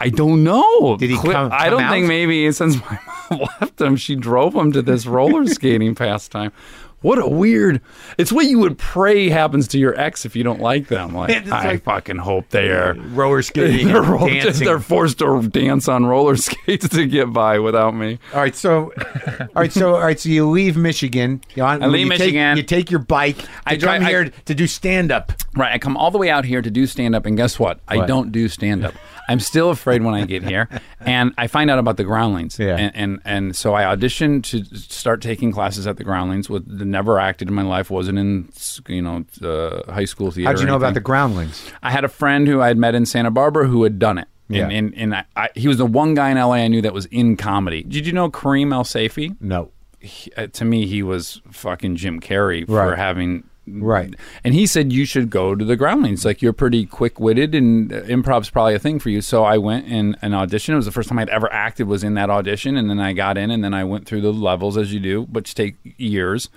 I don't know. Did he Cle- come- I don't come think out? maybe since my mom left him, she drove him to this roller skating pastime. What a weird! It's what you would pray happens to your ex if you don't like them. Like It's I like- fucking hope they are. Roller skating, They're, and roll- dancing. they're forced to dance on roller skates to get by without me. All right, so, all right, so, all right, so you leave Michigan. You on, I leave Michigan. you take your bike. I drive- come I- here to do stand up. Right. I come all the way out here to do stand up, and guess what? I don't do stand up. I'm still afraid when I get here, and I find out about the Groundlings. Yeah. And, and and so I auditioned to start taking classes at the Groundlings. With never acted in my life, wasn't in you know uh, high school theater. How'd you or know about the anything. groundlings? I had a friend who I had met in Santa Barbara who had done it. And, Yeah. and, and I, I, he was the one guy in LA I knew that was in comedy. Did you know Kareem El Safi? No. he- uh, to me, he was fucking Jim Carrey for Right. having. Right. And he said, You should go to the groundlings. Like, you're pretty quick witted, and uh, improv's probably a thing for you. So I went and an audition. It was the first time I'd ever acted, was in that audition. And then I got in, and then I went through the levels as you do, which take years.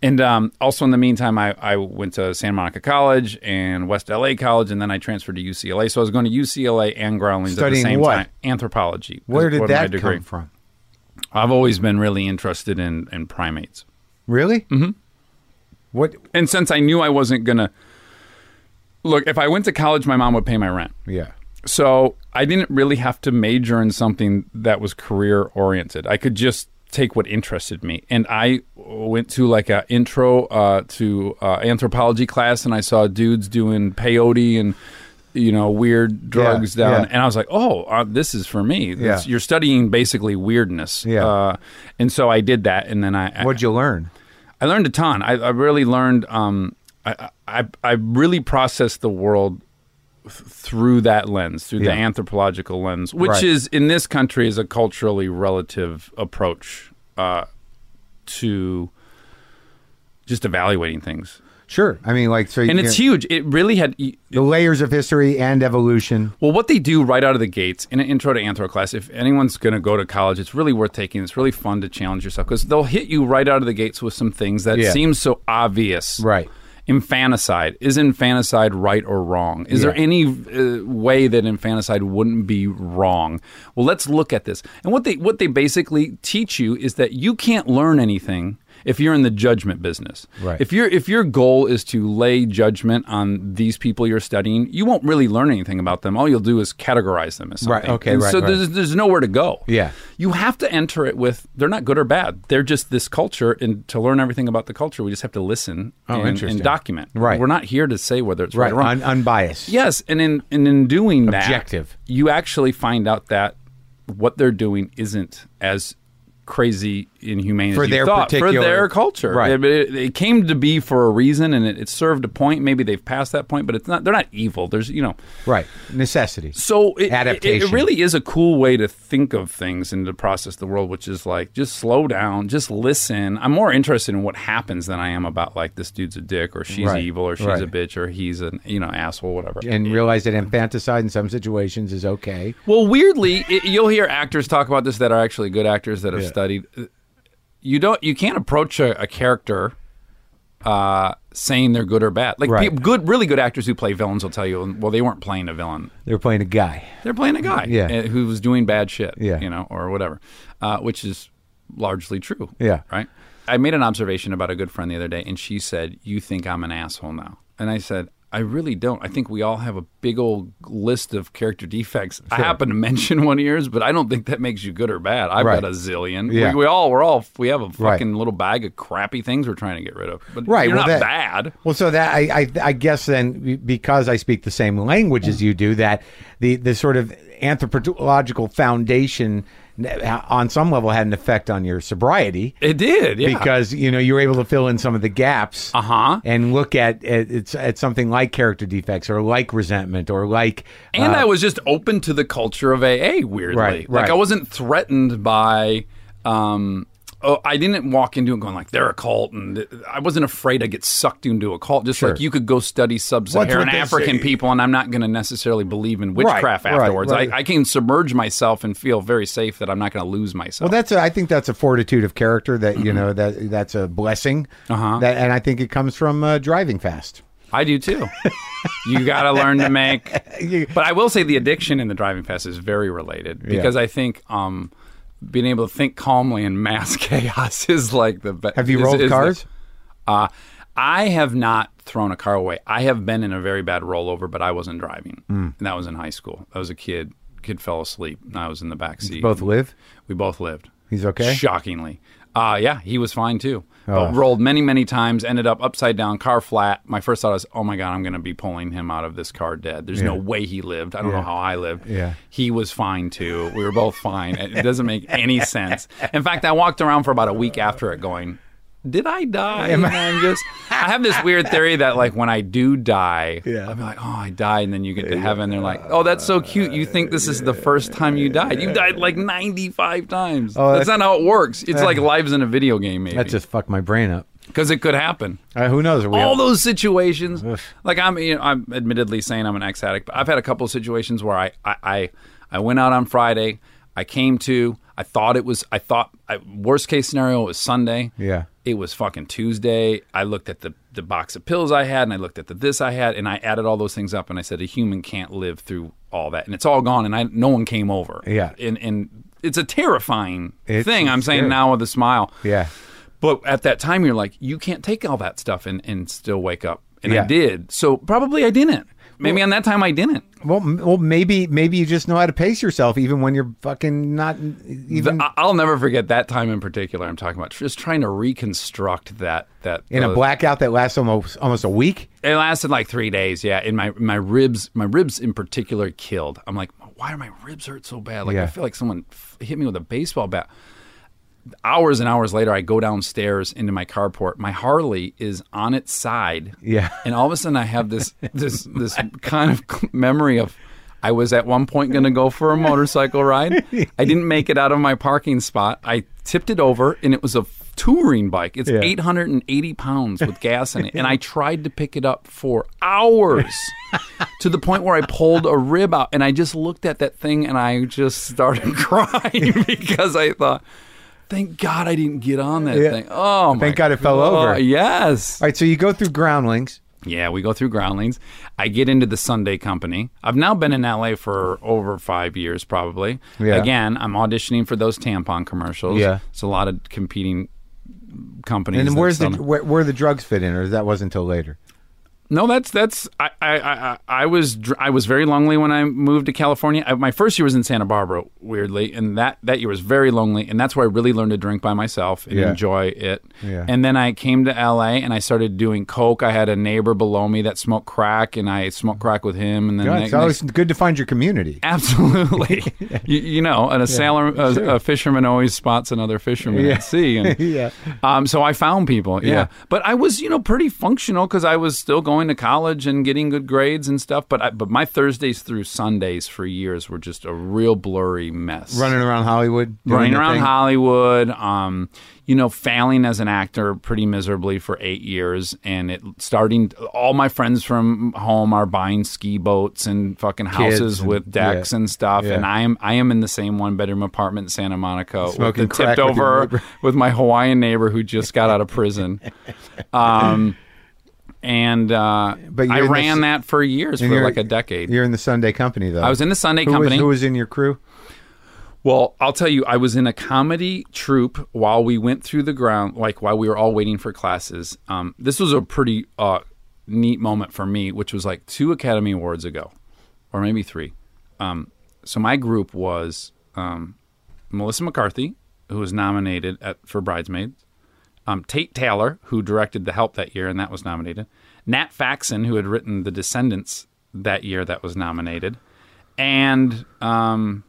And um, also in the meantime, I, I went to Santa Monica College and West LA College, and then I transferred to UCLA. So I was going to UCLA and Groundlings Studying at the same what? time. Anthropology. Where is did what my that degree. come from? I've always been really interested in, in primates. Really? Mm-hmm. What? And since I knew I wasn't going to look, if I went to college, my mom would pay my rent. Yeah. So I didn't really have to major in something that was career oriented. I could just take what interested me. And I went to like a intro uh, to uh, anthropology class and I saw dudes doing peyote and you know weird drugs Yeah, down yeah. and I was like, "Oh, uh, this is for me. This- Yeah. You're studying basically weirdness." Yeah. Uh, and so I did that and then I I- What'd you learn? I learned a ton. I, I really learned. Um, I, I I really processed the world th- through that lens, through the Yeah. anthropological lens, which Right. is in this country is a culturally relative approach uh, to just evaluating things, Sure. I mean, like, so and you it's can- huge. It really had. the layers of history and evolution. Well, what they do right out of the gates in an intro to anthro class, if anyone's going to go to college, it's really worth taking. It's really fun to challenge yourself because they'll hit you right out of the gates with some things that Yeah. seem so obvious. Right. Infanticide. Is infanticide right or wrong? Is there Yeah. any uh, way that infanticide wouldn't be wrong? Well, let's look at this. And what they what they basically teach you is that you can't learn anything if you're in the judgment business. Right. If your if your goal is to lay judgment on these people you're studying, you won't really learn anything about them. All you'll do is categorize them as something. Right, okay, And right, So right. there's there's nowhere to go. Yeah. You have to enter it with they're not good or bad. They're just this culture, and to learn everything about the culture, we just have to listen and, and Oh, interesting. document. Right. We're not here to say whether it's right, Right. or wrong. Un- unbiased. yes, and in and in doing that, Objective. you actually find out that what they're doing isn't as crazy inhumane For as you their thought, for particular- their culture. Right. It, it- it came to be for a reason, and it, it served a point. Maybe they've passed that point, but it's not. They're not evil. There's you know. Right. Necessity. So it, it- It, Adaptation. really is a cool way to think of things and to process the world, which is like just slow down, just listen. I'm more interested in what happens than I am about like this dude's a dick or she's Right. evil or she's a Right. bitch or he's an you know asshole whatever. and realize that infanticide in some situations is okay. Well, weirdly, it, you'll hear actors talk about this that are actually good actors that have studied. You don't, you can't approach a, a character uh, saying they're good or bad. Like Right. peop- good, really good actors who play villains will tell you, well, they weren't playing a villain; They're playing a guy. they're playing a guy Yeah. eh, who was doing bad shit, Yeah. you know, or whatever, uh, which is largely true. Yeah. right. I made an observation about a good friend the other day, and she said, "You think I'm an asshole now?" And I said. I really don't. I think we all have a big old list of character defects. I happen to mention one of yours, but I don't think that makes you good or bad. I've Right. got a zillion. Yeah. We, we all we're all we have a Right. fucking little bag of crappy things we're trying to get rid of. But Right, you're well, not that- bad. Well, so that I, I I guess then because I speak the same language as you do, that the the sort of anthropological foundation uh, on some level had an effect on your sobriety It did. Yeah. because you know you were able to fill in some of the gaps Uh-huh. and look at at, it's at something like character defects or like resentment or like and I was just open to the culture of AA. Weirdly, Uh, Right, like right. I wasn't threatened by. Um, oh, I didn't walk into it going like they're a cult, and th- I wasn't afraid I would get sucked into a cult. Just like you could go study sub-Saharan what they African say. people, and I'm not going to necessarily believe in witchcraft right, afterwards. right. I, I can submerge myself and feel very safe that I'm not going to lose myself. Well, that's a, I think that's a fortitude of character that you know that that's a blessing, uh-huh. that, and I think it comes from uh, driving fast. I do too. you got to learn to make. You- But I will say the addiction and the driving fast is very related because I think um, being able to think calmly in mass chaos is like the best. Have you rolled cars? uh, I have not thrown a car away. I have been in a very bad rollover, but I wasn't driving, Hmm. and that was in high school. I was a kid. Kid fell asleep. and I was in the back seat. Both live. We both lived. He's okay? Oh. Shockingly. Uh, yeah, he was fine too. But rolled many, many times, ended up upside down, car flat. My first thought was, oh my God, I'm going to be pulling him out of this car dead. There's no way he lived. I don't know how I lived. Yeah. He was fine too. We were both fine. It doesn't make any sense. In fact, I walked around for about a week after it going, did I die? And I'm just, I have this weird theory that like when I do die, Yeah. I'll be like, oh, I died. And then you get to heaven. They're like, oh, that's so cute. You think this is the first time you died. You died like 95 times. that's, Oh, that's- not how it works. It's like lives in a video game, maybe. That just fucked my brain up. Because it could happen. Uh, who knows? Are we All all- those situations. Like I'm, you know, I'm admittedly saying I'm an ex addict, but I've had a couple of situations where I, I, I, I went out on Friday. I came to. I thought it was. I thought I, worst case scenario it was Sunday. Yeah. It was fucking Tuesday. I looked at the the box of pills I had, and I looked at the this I had, and I added all those things up, and I said a human can't live through all that, and it's all gone, and I no one came over. Yeah. And and it's a terrifying It's- thing. I'm it's saying scary. now with a smile. yeah. But at that time, you're like, you can't take all that stuff and, and still wake up. And I Yeah. did. So probably I didn't. Maybe on that time I didn't. Well, m- well, maybe maybe you just know how to pace yourself, even when you're fucking not even I- I'll never forget that time in particular. I'm talking about just trying to reconstruct that that in a those- blackout that lasts almost almost a week. It lasted like three days. Yeah, and my my ribs, my ribs in particular, killed. I'm like, why do my ribs hurt so bad? Like I Yeah. feel like someone f- hit me with a baseball bat. Hours and hours later, I go downstairs into my carport. My Harley is on its side. Yeah. and all of a sudden, I have this this this kind of memory of. I was at one point going to go for a motorcycle ride. I didn't make it out of my parking spot. I tipped it over, and it was a touring bike. It's Yeah. eight 880 pounds with gas in it. And I tried to pick it up for hours to the point where I pulled a rib out. And I just looked at that thing and I just started crying because I thought, thank God I didn't get on that Yeah. thing. Oh, my Thank God it fell over. Oh, yes. All right, so you go through groundlings. Yeah, we go through groundlings. I get into the Sunday company. I've now been in LA for over five years, probably. Yeah. Again, I'm auditioning for those tampon commercials. Yeah. It's a lot of competing companies. And that where's the sell them. where, where the drugs fit in, or that wasn't until later. No, that's that's I I I, I- I was dr- I was very lonely when I moved to California. I, my first year was in Santa Barbara, weirdly, and that that year was very lonely, and that's where I really learned to drink by myself and Yeah. enjoy it. Yeah. And then I came to LA and I started doing coke. I had a neighbor below me that smoked crack, and I smoked crack with him. And then Yeah, the it's next- always good to find your community. Absolutely. you, you know, and a sailor, a, a fisherman always spots another fisherman Yeah. at sea. And, Yeah. Um, so I found people. Yeah. Yeah. But I was, you know, pretty functional because I was still going to college and getting good grades and stuff. But I, but my Thursdays through Sundays for years were just a real blurry mess. Running around Hollywood. doing Running your around thing. Hollywood, um, you know, failing as an actor pretty miserably for eight years, and it starting. All my friends from home are buying ski boats and fucking houses and- with decks yeah. and stuff, Yeah. and I am I am in the same one bedroom apartment in Santa Monica, Smoking with the crack tipped with your over neighbor. with my Hawaiian neighbor who just got out of prison. Um, and uh, But I you're in ran this- that for years, for you're- like a decade. You're in the Sunday company though. I was in the Sunday who Company. Was, who was in your crew? Well, I'll tell you, I was in a comedy troupe while we went through the ground, like while we were all waiting for classes. Um, this was a pretty uh, neat moment for me, which was like two Academy Awards ago, or maybe three. Um, so my group was um, Melissa McCarthy, who was nominated at, for Bridesmaids, um, Tate Taylor, who directed The Help that year, and that was nominated. Nat Faxon, who had written The Descendants that year, that was nominated. And um,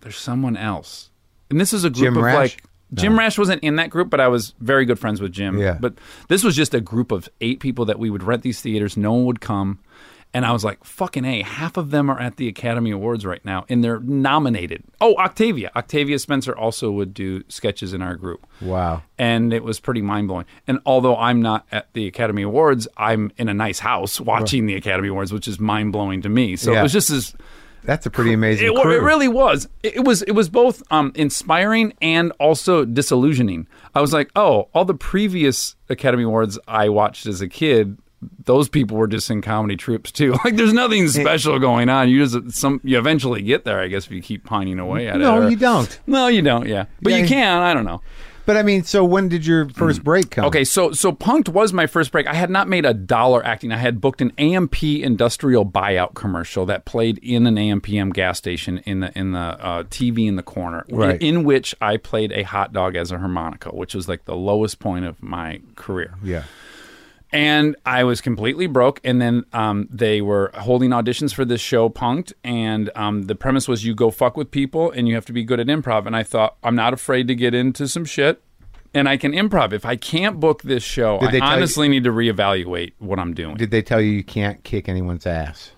there's someone else. And this is a group Jim of Rash? like. Jim Rash wasn't in that group, but I was very good friends with Jim. Yeah. But this was just a group of eight people that we would rent these theaters. No one would come. And I was like, fucking A, half of them are at the Academy Awards right now and they're nominated. Oh, Octavia. Octavia Spencer also would do sketches in our group Wow. and it was pretty mind blowing. And although I'm not at the Academy Awards, I'm in a nice house watching the Academy Awards, which is mind blowing to me. So Yeah. it was just this. That's a pretty amazing It, well, crew. it really was. It, it was. It was both um, inspiring and also disillusioning. I was like, oh, all the previous Academy Awards I watched as a kid. Those people were just in comedy troops too. Like, there's nothing special going on. You just some. You eventually get there, I guess, if you keep pining away at it. no, or- you don't. No, you don't. Yeah, but Yeah, you you- can. I don't know. But I mean, so when did your first break come? Mm. Okay, so so Punked was my first break. I had not made a dollar acting. I had booked an AMP industrial buyout commercial that played in an AMPM gas station in the in the uh, TV in the corner, Right. in, in which I played a hot dog as a harmonica, which was like the lowest point of my career Yeah. and I was completely broke. And then um, they were holding auditions for this show, Punked, and um, the premise was you go fuck with people and you have to be good at improv. And I thought I'm not afraid to get into some shit, and I can improv. If I can't book this show, Did they I tell you- honestly need to reevaluate what I'm doing. Did they tell you you can't kick anyone's ass?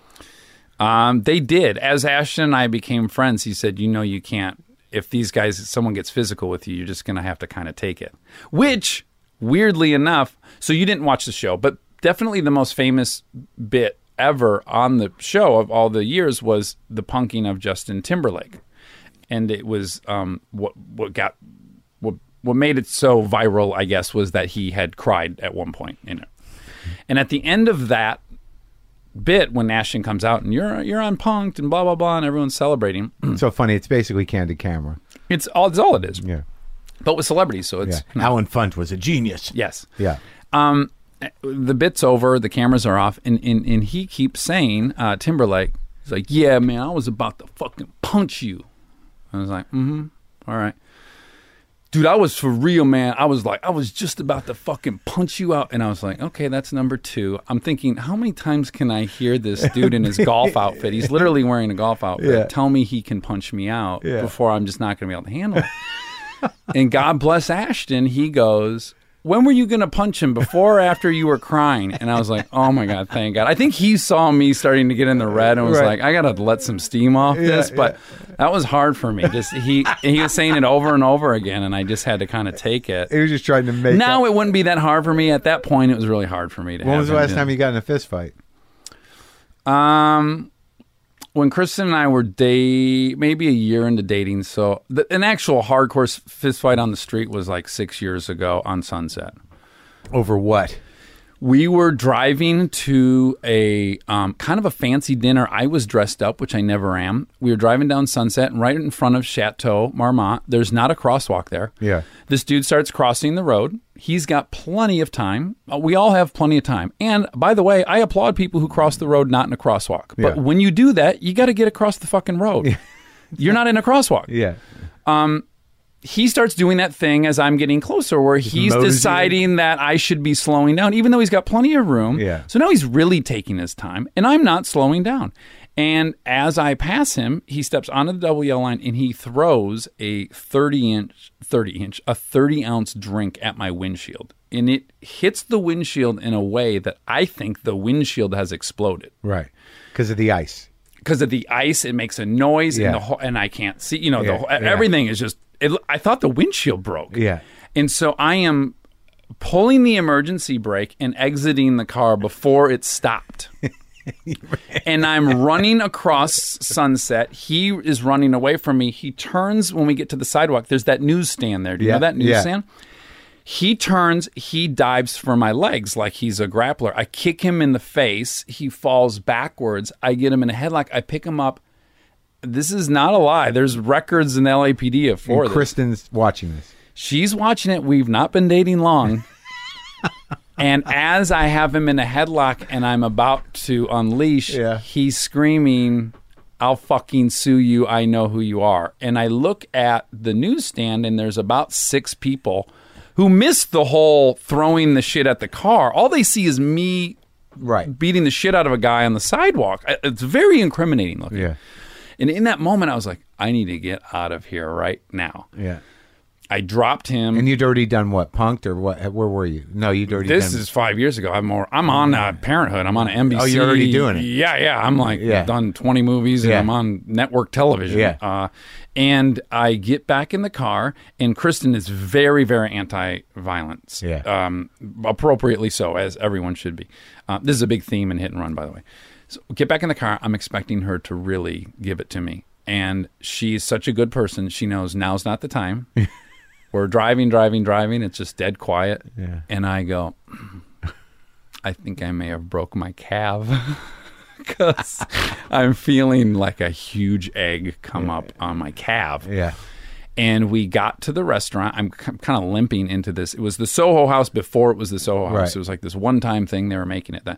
Um, they did. As Ashton and I became friends, he said, "You know, you can't. If these guys, if someone gets physical with you, you're just gonna have to kind of take it." Which, weirdly enough, so you didn't watch the show, but definitely the most famous bit ever on the show of all the years was the punking of Justin Timberlake, and it was um, what what got what what made it so viral, I guess, was that he had cried at one point in it. And at the end of that bit, when Ashton comes out and you're you're on punked and blah blah blah, and everyone's celebrating, so funny. It's basically candid camera. it's all it's all it is. Yeah. But with celebrities, so it's Yeah. Alan Funt was a genius. yes, Yeah. um, the bit's over, the cameras are off, and and, and he keeps saying uh, Timberlake, he's like, "Yeah, man, I was about to fucking punch you." I was like, "Mm-hmm, all right." Dude, I was for real, man. I was like, I was just about to fucking punch you out. And I was like, okay, that's number two. I'm thinking, how many times can I hear this dude in his golf outfit? He's literally wearing a golf outfit. Yeah. Tell me he can punch me out Yeah. before I'm just not going to be able to handle it and God bless Ashton, he goes, When were you going to punch him before or after you were crying? And I was like, Oh my God, thank God. I think he saw me starting to get in the red and was Right. like, I got to let some steam off this. But that was hard for me. Just he, he was saying it over and over again, and I just had to kind of take it. He was just trying to make. Now up. it wouldn't be that hard for me. At that point, it was really hard for me to when have was the him last in. time you got in a fist fight? Um, when Kristen and I were date, maybe a year into dating, so the, an actual hardcore s- fist fight on the street was like six years ago on Sunset. Over what? we were driving to a um, kind of a fancy dinner. I was dressed up, which I never am. We were driving down Sunset, and right in front of Chateau Marmont, there's not a crosswalk there. Yeah. This dude starts crossing the road. He's got plenty of time. Uh, We all have plenty of time. And by the way, I applaud people who cross the road not in a crosswalk. But Yeah. when you do that, you got to get across the fucking road. You're not in a crosswalk Yeah. he starts doing that thing as I'm getting closer where he's mows you. deciding that I should be slowing down, even though he's got plenty of room. Yeah. So now he's really taking his time, and I'm not slowing down. And as I pass him, he steps onto the double yellow line and he throws a 30 inch, 30 inch, a 30 ounce drink at my windshield. And it hits the windshield in a way that I think the windshield has exploded Right. Because of the ice. because of the ice, it makes a noise, Yeah. and the whole, and I can't see. You know, Yeah, the whole, yeah. everything is just. It, I thought the windshield broke. Yeah. and so I am pulling the emergency brake and exiting the car before it stopped. and I'm running across Sunset. He is running away from me. He turns when we get to the sidewalk. There's that newsstand there. Do you Yeah, know that yeah. newsstand? He turns, he dives for my legs like he's a grappler. I kick him in the face. He falls backwards. I get him in a headlock. I pick him up. This is not a lie. There's records in the LAPD of four. And Kristen's watching this. She's watching it. We've not been dating long. and as I have him in a headlock and I'm about to unleash, Yeah. he's screaming, I'll fucking sue you. I know who you are. And I look at the newsstand and there's about six people who missed the whole throwing the shit at the car. All they see is me Right. beating the shit out of a guy on the sidewalk. I- It's very incriminating looking. Yeah. And in that moment, I was like, I need to get out of here right now. Yeah. I dropped him. And you'd already done what? Punked or what? uh, Where were you? No, you'd already This done. is five years ago. I'm more. I'm on uh, Parenthood. I'm on NBC. Oh, you're already doing it. Yeah, yeah. I'm like Yeah. done 20 movies and Yeah. I'm on network television. Yeah. Uh, and I get back in the car, and Kristen is very, very anti-violence. Yeah. Um, appropriately so, as everyone should be. Uh, this is a big theme in Hit and Run, by the way. So get back in the car. I'm expecting her to really give it to me, and she's such a good person. She knows now's not the time. We're driving, driving, driving. It's just dead quiet. Yeah. And I go, I think I may have broke my calf because I'm feeling like a huge egg come up on my calf. yeah. And we got to the restaurant. I'm kind of limping into this. It was the Soho House before it was the Soho House. Right. It was like this one-time thing they were making it. That,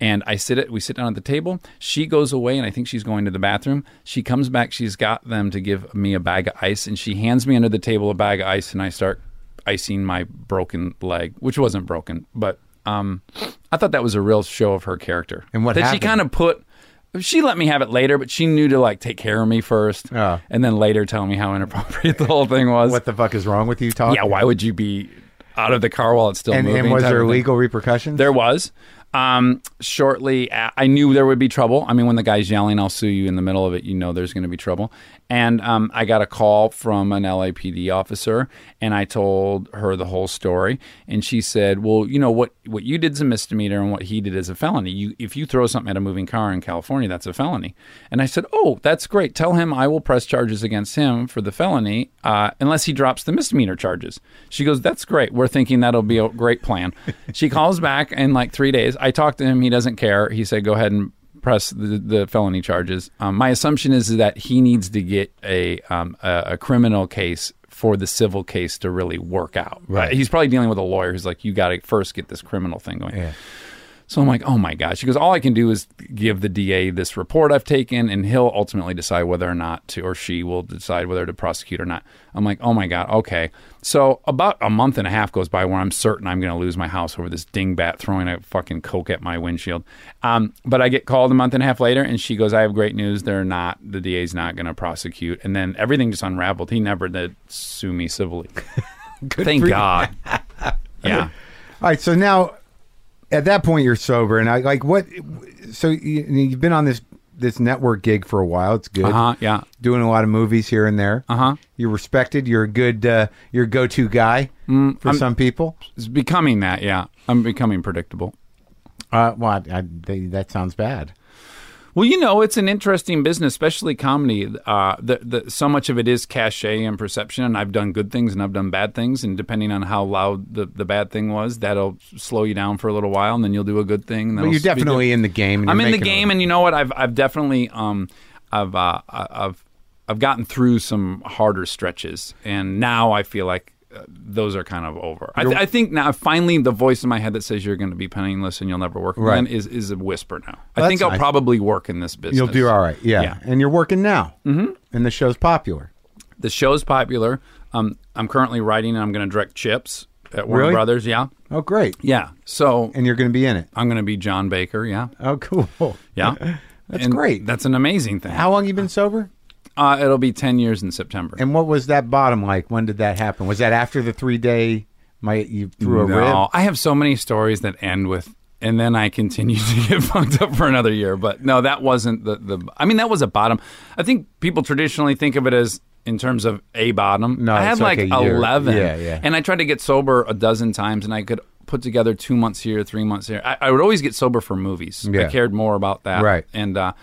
and I sit at we sit down at the table. She goes away, and I think she's going to the bathroom. She comes back. She's got them to give me a bag of ice, and she hands me under the table a bag of ice, and I start icing my broken leg, which wasn't broken, but um, I thought that was a real show of her character. And what that happened? she kind of put. She let me have it later, but she knew to like take care of me first, Oh. and then later tell me how inappropriate the whole thing was. What the fuck is wrong with you talking? yeah, why would you be out of the car while it's still And, moving? and was type there of thing? legal repercussions? There was. Um, shortly, a- I knew there would be trouble. I mean, when the guy's yelling, "I'll sue you!" in the middle of it, you know there's going to be trouble. And um, I got a call from an LAPD officer, and I told her the whole story, and she said, "Well, you know what? What you did's a misdemeanor, and what he did is a felony. You, if you throw something at a moving car in California, that's a felony." And I said, "Oh, that's great. Tell him I will press charges against him for the felony, uh, unless he drops the misdemeanor charges." She goes, "That's great. We're thinking that'll be a great plan." she calls back in like three days. I talked to him. He doesn't care. He said, "Go ahead and press the, the felony charges." Um, my assumption is that he needs to get a um, a, a criminal case for the civil case to really work out. Right. Uh, he's probably dealing with a lawyer who's like, "You got to first get this criminal thing going." Yeah. So I'm like, oh my gosh. She goes, all I can do is give the DA this report I've taken, and he'll ultimately decide whether or not to, or she will decide whether to prosecute or not. I'm like, oh my God, okay. So about a month and a half goes by where I'm certain I'm going to lose my house over this dingbat throwing a fucking Coke at my windshield. Um, but I get called a month and a half later, and she goes, I have great news. They're not, the DA's not going to prosecute. And then everything just unraveled. He never did sue me civilly. Thank for you. God. yeah. All right. So now, at that point, you're sober, and I like what. So you, you've been on this this network gig for a while. It's good. Uh huh. Yeah. Doing a lot of movies here and there. Uh huh. You're respected. You're a good. Uh, you're a go-to guy Mm, for some people. It's becoming that, yeah. I'm becoming predictable. Uh, well, I, I, they, that sounds bad. Well, you know, it's an interesting business, especially comedy. Uh, the, the, so much of it is cachet and perception. And I've done good things and I've done bad things. And depending on how loud the, the bad thing was, that'll slow you down for a little while. And then you'll do a good thing. and But that'll you're speed up. definitely in the game. and I'm you're in the making a game, and you know what? I've I've definitely um I've uh, I- I've I've gotten through some harder stretches, and now I feel like uh, those are kind of over. I, th- I think now finally the voice in my head that says you're going to be penniless and you'll never work Right. again is is a whisper now. I That's think I'll nice. probably work in this business. You'll do all right. Yeah. Yeah. And you're working now. Mm-hmm. And the show's popular. The show's popular. Um, I'm currently writing, and I'm going to direct Chips at Warner Really? Brothers. Yeah, Oh, great. yeah. So And you're going to be in it. I'm going to be John Baker. Yeah, Oh, cool. yeah. That's And great. That's an amazing thing. How long you been sober? Uh, it'll be 10 years in September. And what was that bottom like? When did that happen? Was that after the three day? My you threw a rib. No, I have so many stories that end with, and then I continue to get fucked up for another year. But no, that wasn't the, the I mean, that was a bottom. I think people traditionally think of it as in terms of a bottom. No, I had it's like, like a year. 11. Yeah, yeah. And I tried to get sober a dozen times, and I could put together two months here, three months here. I, I would always get sober for movies. I Yeah. cared more about that. Right. And, uh,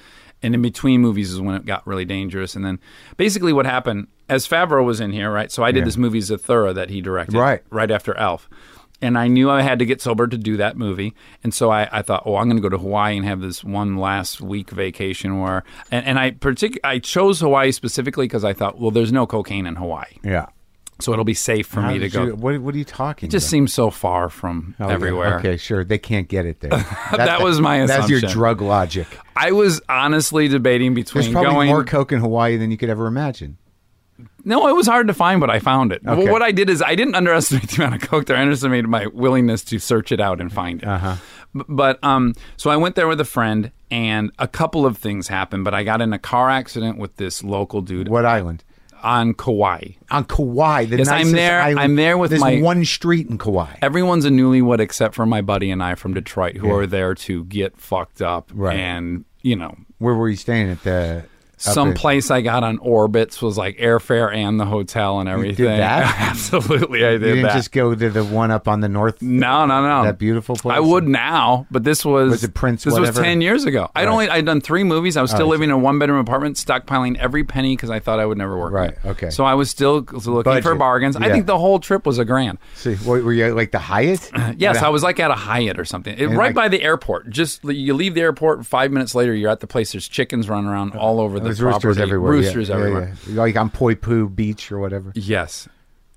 and in between movies is when it got really dangerous. And then basically what happened, as Favreau was in here, right? So I did this movie Zathura that he directed Right. right after Elf. And I knew I had to get sober to do that movie. And so I, I thought, oh, I'm going to go to Hawaii and have this one last week vacation where. And, and I partic- I chose Hawaii specifically because I thought, well, there's no cocaine in Hawaii. Yeah. So it'll be safe for How me to did go. you- what, what are you talking? It just about? seems so far from Oh, yeah. everywhere. Okay, sure. They can't get it there. That, was my That's your assumption. drug logic. I was honestly debating There's between probably going. more coke in Hawaii than you could ever imagine. No, it was hard to find, but I found it. Well, Okay. what I did is I didn't underestimate the amount of coke there. I underestimated my willingness to search it out and find it. Uh-huh. But um, so I went there with a friend, and a couple of things happened. But I got in a car accident with this local dude What island? on Kauai. On Kauai, the Yes, I'm nicest there- island. I'm there with There's my- one street in Kauai. Everyone's a newlywed except for my buddy and I from Detroit, who are there to get fucked up Right. and you know Where were you staying at the? up some at- place I got on orbits was like airfare and the hotel and everything. that? Absolutely, I did You didn't that. just go to the one up on the north. no, no, no. That beautiful place? I would now, but this was Was it Prince This whatever? was ten years ago. I'd only I'd done three movies. I was still right. living in a one bedroom apartment, stockpiling every penny because I thought I would never work. Right, there. okay. So I was still looking for Budget, bargains. I yeah. think the whole trip was a grand. See, what, were you at, like the Hyatt? Yes, At a- I was like at a Hyatt or something, It- right like- by the airport. Just you leave the airport, five minutes later, you're at the place. There's chickens running around all over the Uh, There's property. roosters everywhere. yeah, Roosters yeah, everywhere. yeah. Like on Poipu Beach or whatever. Yes.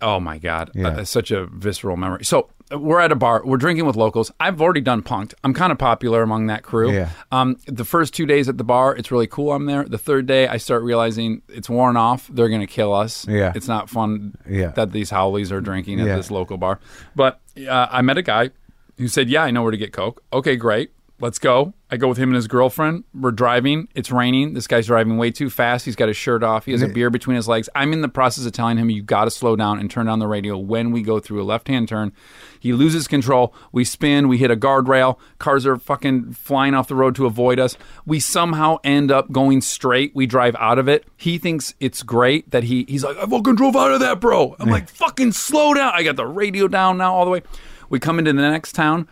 Oh my God. Yeah. Uh, such a visceral memory. So uh, we're at a bar. We're drinking with locals. I've already done punked. I'm kind of popular among that crew. Yeah. Um, the first two days at the bar, it's really cool. I'm there. The third day, I start realizing it's worn off. They're going to kill us. Yeah. It's not fun Yeah. that these howlies are drinking at Yeah. this local bar. But uh, I met a guy who said, Yeah, I know where to get Coke. Okay, great. Let's go. I go with him and his girlfriend. We're driving. It's raining. This guy's driving way too fast. He's got his shirt off. He has a beer between his legs. I'm in the process of telling him, you got to slow down and turn down the radio when we go through a left hand turn. He loses control. We spin. We hit a guardrail. Cars are fucking flying off the road to avoid us. We somehow end up going straight. We drive out of it. He thinks it's great that he he's like, I fucking drove out of that, bro. I'm like, fucking slow down. I got the radio down now all the way. We come into the next town.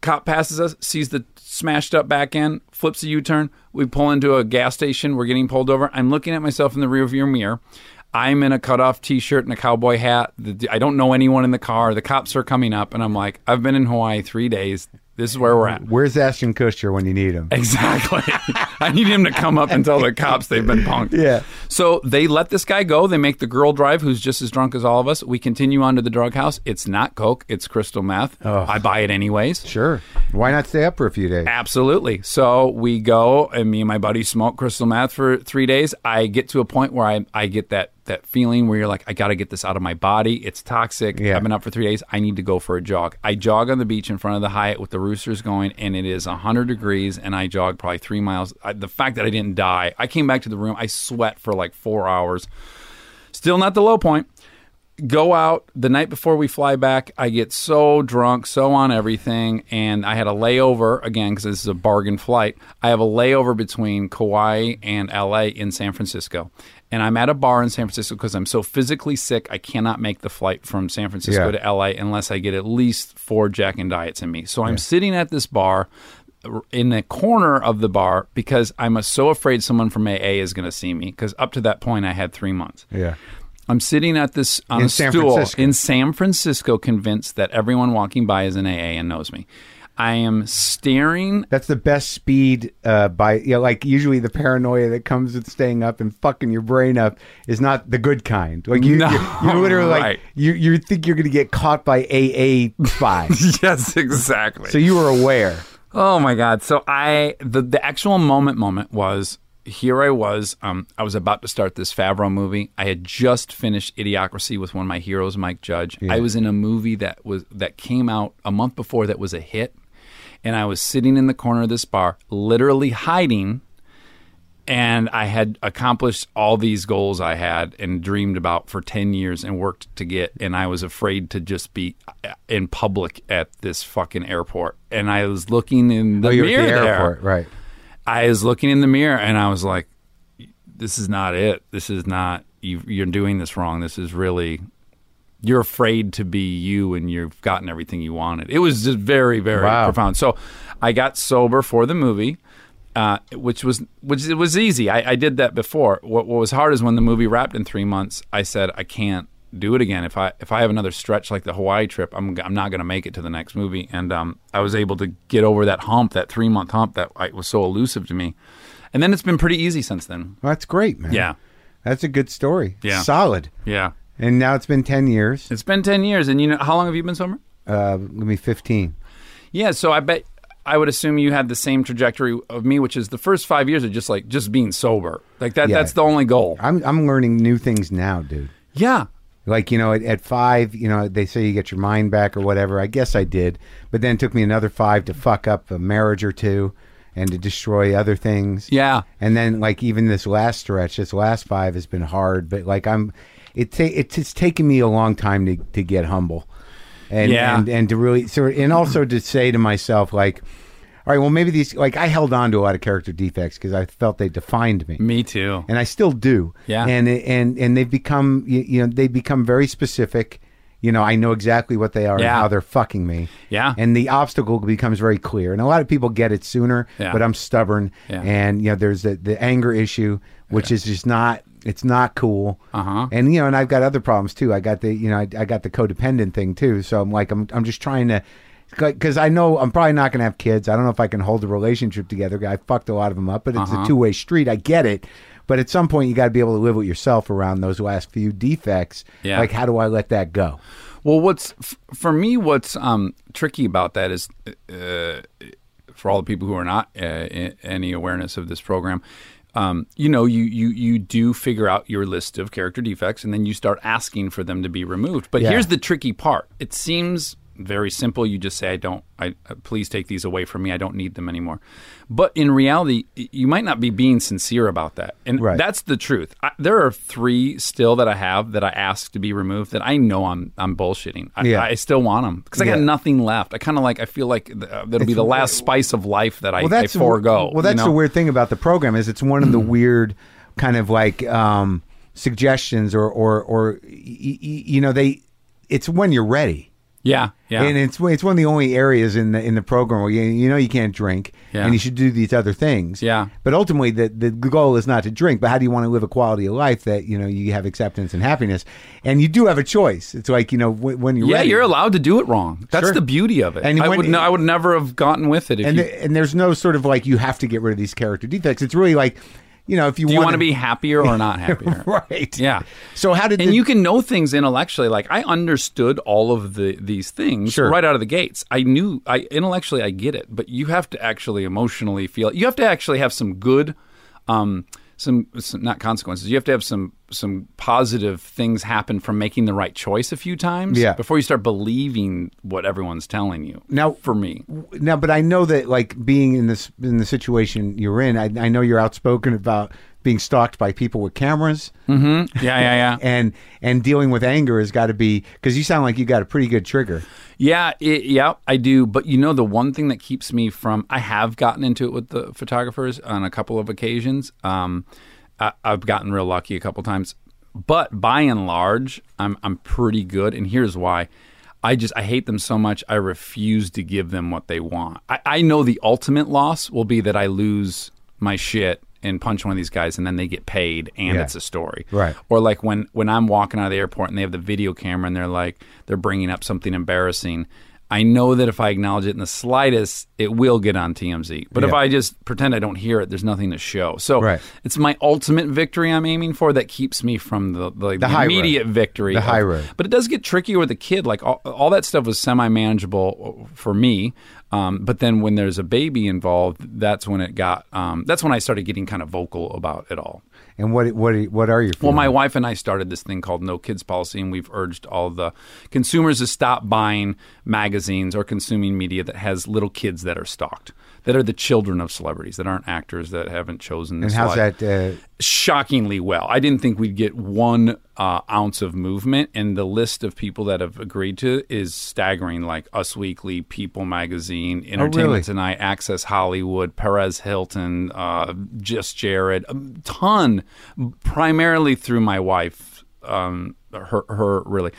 Cop passes us, sees the smashed up back end, flips a U turn. We pull into a gas station. We're getting pulled over. I'm looking at myself in the rearview mirror. I'm in a cutoff t shirt and a cowboy hat. The, I don't know anyone in the car. The cops are coming up, and I'm like, I've been in Hawaii three days. This is where we're at. Where's Ashton Kutcher when you need him? Exactly. I need him to come up and tell the cops they've been punked. Yeah. So they let this guy go. They make the girl drive, who's just as drunk as all of us. We continue on to the drug house. It's not coke. It's crystal meth. I buy it anyways. Sure. Why not stay up for a few days? Absolutely. So we go, and me and my buddy smoke crystal meth for three days. I get to a point where I, I get that that feeling where you're like, I got to get this out of my body. It's toxic. Yeah. I've been up for three days. I need to go for a jog. I jog on the beach in front of the Hyatt with the roosters going, and it is 100 degrees, and I jog probably three miles. I, the fact that I didn't die, I came back to the room. I sweat for like four hours. Still not the low point go out the night before we fly back. I get so drunk, so on everything, and I had a layover again because this is a bargain flight. I have a layover between Kauai and LA in San Francisco, and I'm at a bar in San Francisco because I'm so physically sick. I cannot make the flight from San Francisco Yeah. to LA unless I get at least four Jack and Diets in me. So I'm sitting at this bar. in a corner of the bar because I'm so afraid someone from AA is going to see me. Because up to that point, I had three months. Yeah. I'm sitting at this on In a San stool Francisco. in San Francisco, convinced that everyone walking by is an AA and knows me. I am staring That's the best speed uh, by you know, like usually the paranoia that comes with staying up and fucking your brain up is not the good kind. Like you, No, you, you literally right. like you, you think you're gonna get caught by AA spy. yes, exactly. so you were aware. oh my god! So I the the actual moment moment was here. I was um I was about to start this Favreau movie. I had just finished Idiocracy with one of my heroes, Mike Judge. I was in a movie that was that came out a month before that was a hit, and I was sitting in the corner of this bar, literally hiding. And I had accomplished all these goals I had and dreamed about for 10 years and worked to get. And I was afraid to just be uh, in public at this fucking airport. And I was looking in the Oh, you were mirror at the there. airport, right? I was looking in the mirror and I was like, this is not it. This is not, you, you're doing this wrong. This is really, you're afraid to be you and you've gotten everything you wanted. It was just very, very Wow. profound. So I got sober for the movie. Uh, which was which it was easy. I, I did that before. What, what was hard is when the movie wrapped in three months. I said I can't do it again. If I if I have another stretch like the Hawaii trip, I'm I'm not going to make it to the next movie. And um, I was able to get over that hump, that three month hump that I, was so elusive to me. And then it's been pretty easy since then. Well, that's great, man. Yeah, that's a good story. Yeah. solid. yeah. And now it's been ten years. It's been ten years, and you know how long have you been sober? Uh, let me fifteen. Yeah, so I bet I would assume you had the same trajectory of me, which is the first five years are just like just being sober. Like that. Yeah. That's the only goal. I'm I'm learning new things now, dude. Yeah. Like, you know, at, at five, you know, they say you get your mind back or whatever. I guess I did. But then it took me another five to fuck up a marriage or two and to destroy other things. Yeah. And then, like, even this last stretch, this last five has been hard. But, like, I'm, it ta- it's, it's taken me a long time to, to get humble. And, Yeah. and, and to really, so, and also to say to myself, like, all right, well, maybe these, like, I held on to a lot of character defects because I felt they defined me Me too. and I still do. Yeah. And and and they've become you, you know they've become very specific. You know, I know exactly what they are Yeah. and how they're fucking me. Yeah. And the obstacle becomes very clear. And a lot of people get it sooner, Yeah. but I'm stubborn. Yeah. And you know, there's the, the anger issue, which is just not it's not cool. Uh-huh. And you know, and I've got other problems too. I got the you know I, I got the codependent thing too. So I'm like I'm I'm just trying to. Because I know I'm probably not going to have kids. I don't know if I can hold a relationship together. I fucked a lot of them up, but it's Uh-huh. a two way street. I get it. But at some point, you got to be able to live with yourself around those last few defects. Yeah. Like, how do I let that go? Well, what's f- for me? What's um, tricky about that is, uh, for all the people who are not uh, in any awareness of this program, um, you know, you you you do figure out your list of character defects, and then you start asking for them to be removed. But Yeah. here's the tricky part: it seems very simple. You just say, "I don't. I uh, please take these away from me. I don't need them anymore." But in reality, y- you might not be being sincere about that, and Right. that's the truth. I, there are three still that I have that I ask to be removed that I know I'm I'm bullshitting. I, Yeah. I still want them because I got Yeah. nothing left. I kind of like I feel like th- uh, that'll be the last spice of life that I, well, that's I forego. Well, that's you know? the weird thing about the program is it's one of the weird kind of like um, suggestions or or or y- y- y- you know they. It's when you're ready. Yeah, yeah, And it's it's one of the only areas in the in the program where you, you know you can't drink Yeah. and you should do these other things. Yeah. But ultimately, the the goal is not to drink, but how do you want to live a quality of life that you know you have acceptance and happiness, and you do have a choice. It's like you know when, when you're yeah. ready. You're allowed to do it wrong. That's Sure. the beauty of it. And I when- would no, I would never have gotten with it if and you, the- and there's no sort of like you have to get rid of these character defects. It's really like you know if you do you want want to be happier or not happier. right. Yeah. So how did and the- you can know things intellectually like i understood all of the these things Sure. right out of the gates i knew i intellectually i get it but you have to actually emotionally feel you have to actually have some good um some, some not consequences you have to have some some positive things happen from making the right choice a few times Yeah. before you start believing what everyone's telling you Now- for me now but i know that like being in this in the situation you're in i, I know you're outspoken about being stalked by people with cameras yeah yeah yeah and and dealing with anger has got to be because you sound like you got a pretty good trigger Yeah, it, yeah, I do. But you know, the one thing that keeps me from I have gotten into it with the photographers on a couple of occasions. Um, I, I've gotten real lucky a couple times, but by and large, I'm I'm pretty good. And here's why: I just I hate them so much. I refuse to give them what they want. I, I know the ultimate loss will be that I lose my shit and punch one of these guys, and then they get paid, and Yeah. it's a story, Right. Or like when when I'm walking out of the airport and they have the video camera and they're like they're bringing up something embarrassing. I know that if I acknowledge it in the slightest, it will get on TMZ. But if Yeah. I just pretend I don't hear it, there's nothing to show. So Right. it's my ultimate victory I'm aiming for that keeps me from the the, the high road. immediate victory. The of- high road. but it does get trickier with a kid. Like all, all that stuff was semi manageable for me. Um, but then when there's a baby involved, that's when it got. Um, that's when I started getting kind of vocal about it all. And what what what are your Well, feelings? my wife and I started this thing called No Kids Policy, and we've urged all the consumers to stop buying magazines or consuming media that has little kids that are stalked, that are the children of celebrities, that aren't actors that haven't chosen. This and how's life that? Uh, shockingly well. I didn't think we'd get one uh, ounce of movement, and the list of people that have agreed to is staggering. Like Us Weekly, People Magazine, Entertainment Oh, really? Tonight, Access Hollywood, Perez Hilton, uh, Just Jared, a ton, primarily through my wife. Um, her, her, really.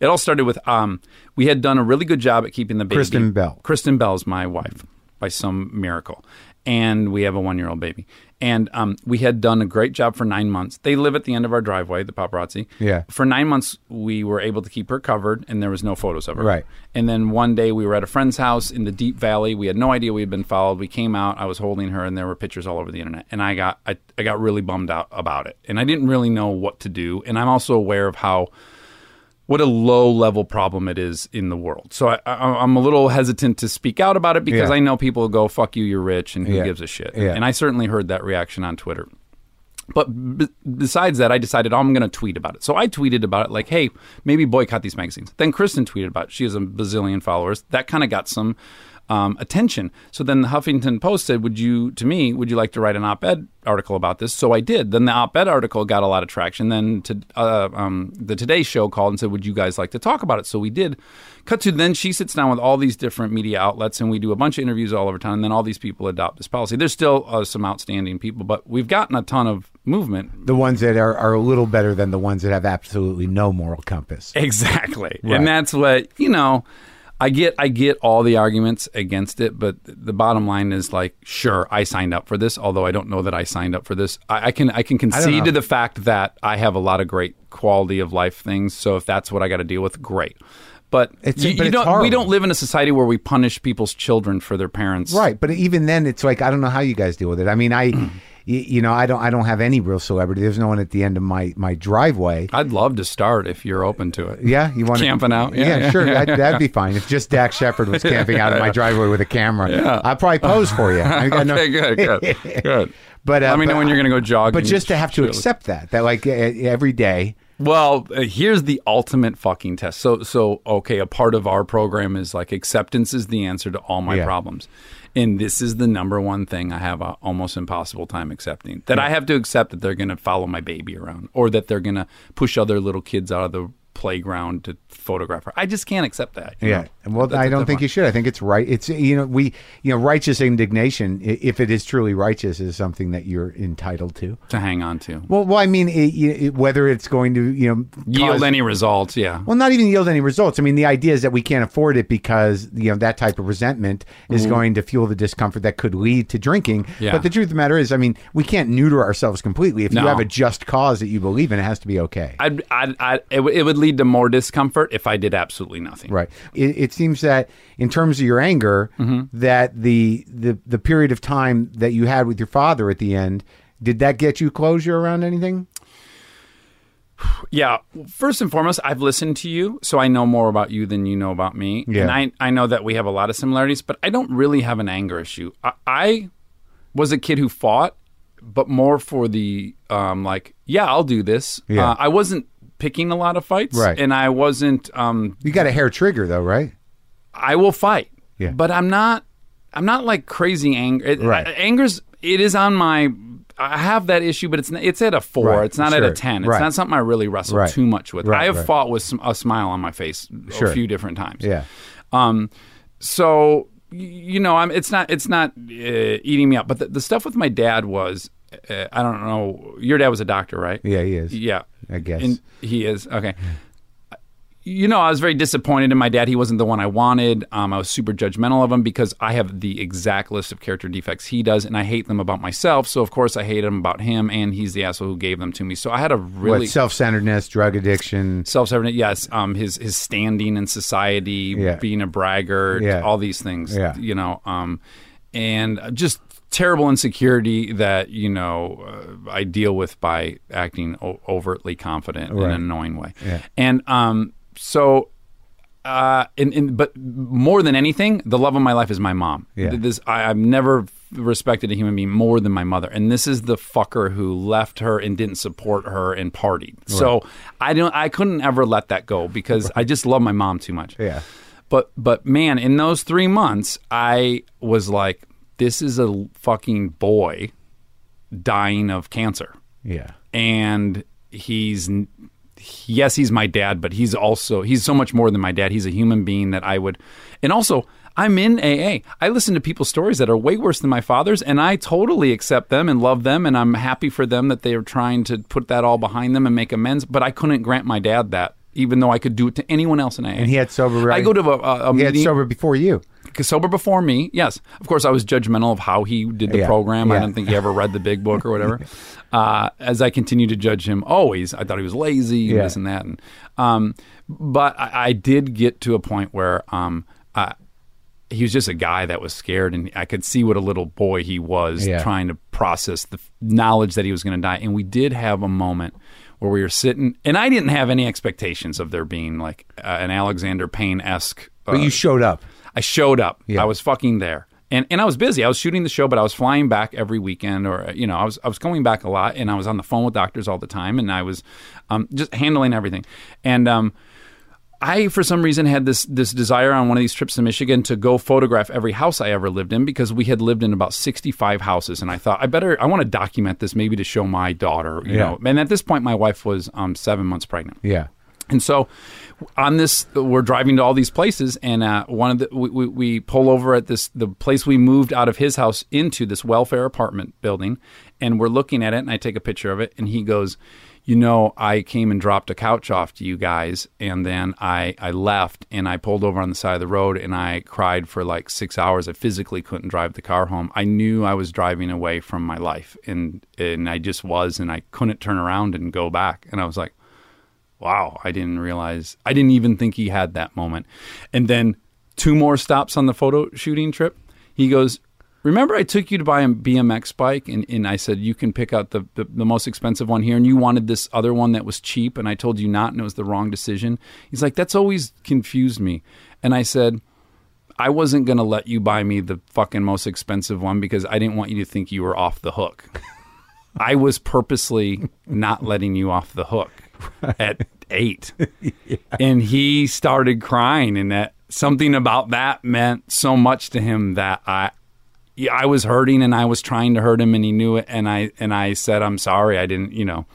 It all started with um, we had done a really good job at keeping the baby. Kristen Bell. Kristen Bell's my wife by some miracle. And we have a one year old baby. And um, we had done a great job for nine months. They live at the end of our driveway, the paparazzi. Yeah. For nine months, we were able to keep her covered and there was no photos of her. Right. And then one day we were at a friend's house in the Deep Valley. We had no idea we had been followed. We came out, I was holding her, and there were pictures all over the internet. And I got, I, I got really bummed out about it. And I didn't really know what to do. And I'm also aware of how what a low level problem it is in the world. So I, I, I'm a little hesitant to speak out about it because Yeah. I know people will go, fuck you, you're rich, and who Yeah. gives a shit. Yeah. And I certainly heard that reaction on Twitter. But b- besides that, I decided oh, I'm going to tweet about it. So I tweeted about it, like, hey, maybe boycott these magazines. Then Kristen tweeted about it. She has a bazillion followers. That kind of got some um, attention. So then the Huffington Post said, would you, to me, would you like to write an op ed article about this? So I did. Then the op ed article got a lot of traction. Then to, uh, um, the Today Show called and said, would you guys like to talk about it? So we did. Cut to then she sits down with all these different media outlets and we do a bunch of interviews all over town. And then all these people adopt this policy. There's still uh, some outstanding people, but we've gotten a ton of movement the ones that are, are a little better than the ones that have absolutely no moral compass. Exactly. Right. And that's what, you know, I get I get all the arguments against it, but th- the bottom line is like, sure, I signed up for this, although I don't know that I signed up for this. I, I can I can concede know. to the fact that I have a lot of great quality of life things, so if that's what I gotta deal with, great. But, It's- you, but you it's don't, we horrible. don't live in a society where we punish people's children for their parents. Right, but even then, it's like I don't know how you guys deal with it. I mean, I, Mm. y- you know, I don't, I don't have any real celebrity. There's no one at the end of my my driveway. I'd love to start if you're open to it. Yeah, you want Camping out. Yeah, Yeah, yeah, sure, that, that'd be fine. If just Dak Shepard was camping out in my driveway with a camera, Yeah. I'd probably pose for you. I got no- Okay, good, good, good. But uh, Let me but know when you're gonna go jog. But and just to have to chill. accept that, that like uh, every day, Well, uh, here's the ultimate fucking test. So, so okay, a part of our program is like acceptance is the answer to all my Yeah. problems, and this is the number one thing I have a almost impossible time accepting. That I have to accept that they're going to follow my baby around, or that they're going to push other little kids out of the playground to photograph her. I just can't accept that. you Yeah. know? And well, That's I a don't tough think one. you should. I think it's right. It's you know we you know righteous indignation, i- if it is truly righteous, is something that you're entitled to. to hang on to Well, well, I mean, it, it, whether it's going to you know yield cause- any results. Yeah. well, not even yield any results. I mean, the idea is that we can't afford it because you know that type of resentment is going to fuel the discomfort that could lead to drinking. Mm-hmm. Yeah. But the truth of the matter is, I mean, we can't neuter ourselves completely. If No. you have a just cause that you believe in, it has to be okay. I'd, I'd, I'd, it, w- it would lead to more discomfort if I did absolutely nothing. Right. It, it seems that in terms of your anger, that the, the the period of time that you had with your father at the end, did that get you closure around anything? Yeah. First and foremost, I've listened to you, so I know more about you than you know about me. Yeah. And I, I know that we have a lot of similarities, but I don't really have an anger issue. I, I was a kid who fought, but more for the, um, like, yeah, I'll do this. Yeah. Uh, I wasn't picking a lot of fights, Right. and I wasn't um, You got a hair trigger though, right? I will fight. Yeah. But I'm not. I'm not like crazy angry. Right. Anger's. It is on my. I have that issue, but it's n- it's at a four. Right, It's not at sure, a ten. It's right. not something I really wrestle Right, too much with. right, I have right. fought with some, a smile on my face Sure. a few different times. Yeah. Um, so y- you know, I'm. It's not. It's not uh, eating me up. But the, the stuff with my dad was. Uh, I don't know. Your dad was a doctor, right? Yeah, he is. Yeah. I guess. And he is okay. you know, I was very disappointed in my dad. He wasn't the one I wanted. Um, I was super judgmental of him because I have the exact list of character defects he does, and I hate them about myself. So of course, I hate them about him, and he's the asshole who gave them to me. So I had a really What self centeredness, drug addiction. self-serving. Yes, um, his his standing in society, Yeah. being a braggart, Yeah. all these things. Yeah. you know, um, and just terrible insecurity that you know uh, I deal with by acting o- overtly confident in Right. an annoying way. Yeah. And um, so uh, and, and but more than anything, the love of my life is my mom. Yeah. Th- This I, I've never respected a human being more than my mother, and this is the fucker who left her and didn't support her and partied. So I don't, I couldn't ever let that go because I just love my mom too much. Yeah. But but man, in those three months, I was like, this is a fucking boy dying of cancer Yeah. and he's yes he's my dad but he's also he's so much more than my dad he's a human being that i would and also i'm in aa i listen to people's stories that are way worse than my father's and i totally accept them and love them and i'm happy for them that they are trying to put that all behind them and make amends but i couldn't grant my dad that even though i could do it to anyone else in aa and he had sober i right- go to a, a, a He had meeting sober before you. sober before me. Yes, of course, I was judgmental of how he did the Yeah. program. I Yeah. didn't think he ever read the big book or whatever. uh, as I continued to judge him, always I thought he was lazy and Yeah. this and that. And um, but I, I did get to a point where um, I, he was just a guy that was scared, and I could see what a little boy he was Yeah. trying to process the f- knowledge that he was going to die. And we did have a moment where we were sitting, and I didn't have any expectations of there being like uh, an Alexander Payne esque. Uh, But you showed up. I showed up. I was fucking there. And, and I was busy. I was shooting the show, but I was flying back every weekend, or you know, I was I was coming back a lot, and I was on the phone with doctors all the time, and I was um, just handling everything. And um, I, for some reason, had this this desire on one of these trips to Michigan to go photograph every house I ever lived in because we had lived in about sixty five houses, and I thought I better I want to document this maybe to show my daughter, you Yeah. know. And at this point, my wife was um, seven months pregnant. Yeah. And so, on this, we're driving to all these places, and uh, one of the we, we, we pull over at this the place we moved out of his house into this welfare apartment building, and we're looking at it, and I take a picture of it, and he goes, "You know, I came and dropped a couch off to you guys, and then I I left, and I pulled over on the side of the road, and I cried for like six hours. I physically couldn't drive the car home. I knew I was driving away from my life, and and I just was, and I couldn't turn around and go back, and I was like." wow, I didn't realize, I didn't even think he had that moment. And then two more stops on the photo shooting trip. He goes, Remember, I took you to buy a BMX bike, and, and I said, You can pick out the, the, the most expensive one here, and you wanted this other one that was cheap, and I told you not, and it was the wrong decision. He's like, That's always confused me. And I said, I wasn't going to let you buy me the fucking most expensive one because I didn't want you to think you were off the hook. I was purposely not letting you off the hook at eight. And he started crying, and that something about that meant so much to him that I. yeah, I was hurting and I was trying to hurt him and he knew it and I and I said I'm sorry I didn't you know.